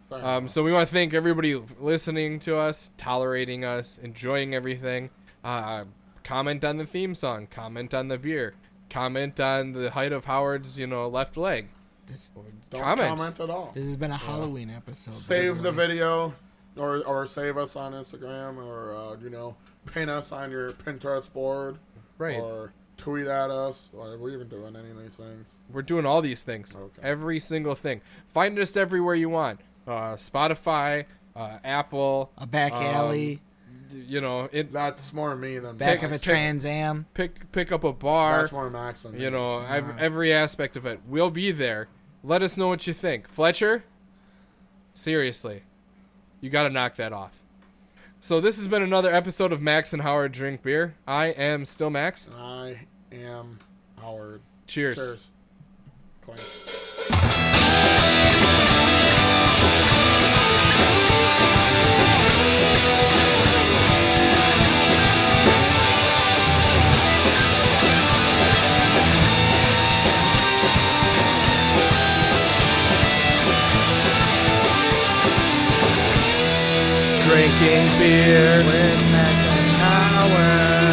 Speaker 1: Fair
Speaker 2: Um,
Speaker 1: enough.
Speaker 2: so we want to thank everybody f- listening to us, tolerating us, enjoying everything. Uh, comment on the theme song. Comment on the beer. Comment on the height of Howard's, you know, left leg.
Speaker 5: This,
Speaker 1: don't
Speaker 2: comment.
Speaker 1: at all.
Speaker 5: this has been a Halloween episode.
Speaker 1: Save the
Speaker 5: basically.
Speaker 1: video, or or save us on Instagram, or uh, you know, paint us on your Pinterest board,
Speaker 2: Right.
Speaker 1: Or tweet at us. Or are we even doing any of these things?
Speaker 2: We're doing all these things.
Speaker 1: Okay.
Speaker 2: Every single thing. Find us everywhere you want. Uh, Spotify, uh, Apple,
Speaker 5: A back
Speaker 2: um,
Speaker 5: alley,
Speaker 2: d- you know, it,
Speaker 1: That's more me than
Speaker 5: back of a
Speaker 1: Max.
Speaker 5: Trans Am.
Speaker 2: pick pick up a bar.
Speaker 1: That's more Max than
Speaker 2: You
Speaker 1: me.
Speaker 2: know, ev- every aspect of it. We'll be there. Let us know what you think. Fletcher, seriously, you got to knock that off. So this has been another episode of Max and Howard Drink Beer. I am still Max.
Speaker 1: I am Howard.
Speaker 2: Cheers.
Speaker 1: Cheers. Clink.
Speaker 6: drinking beer.
Speaker 3: With Max and Howard.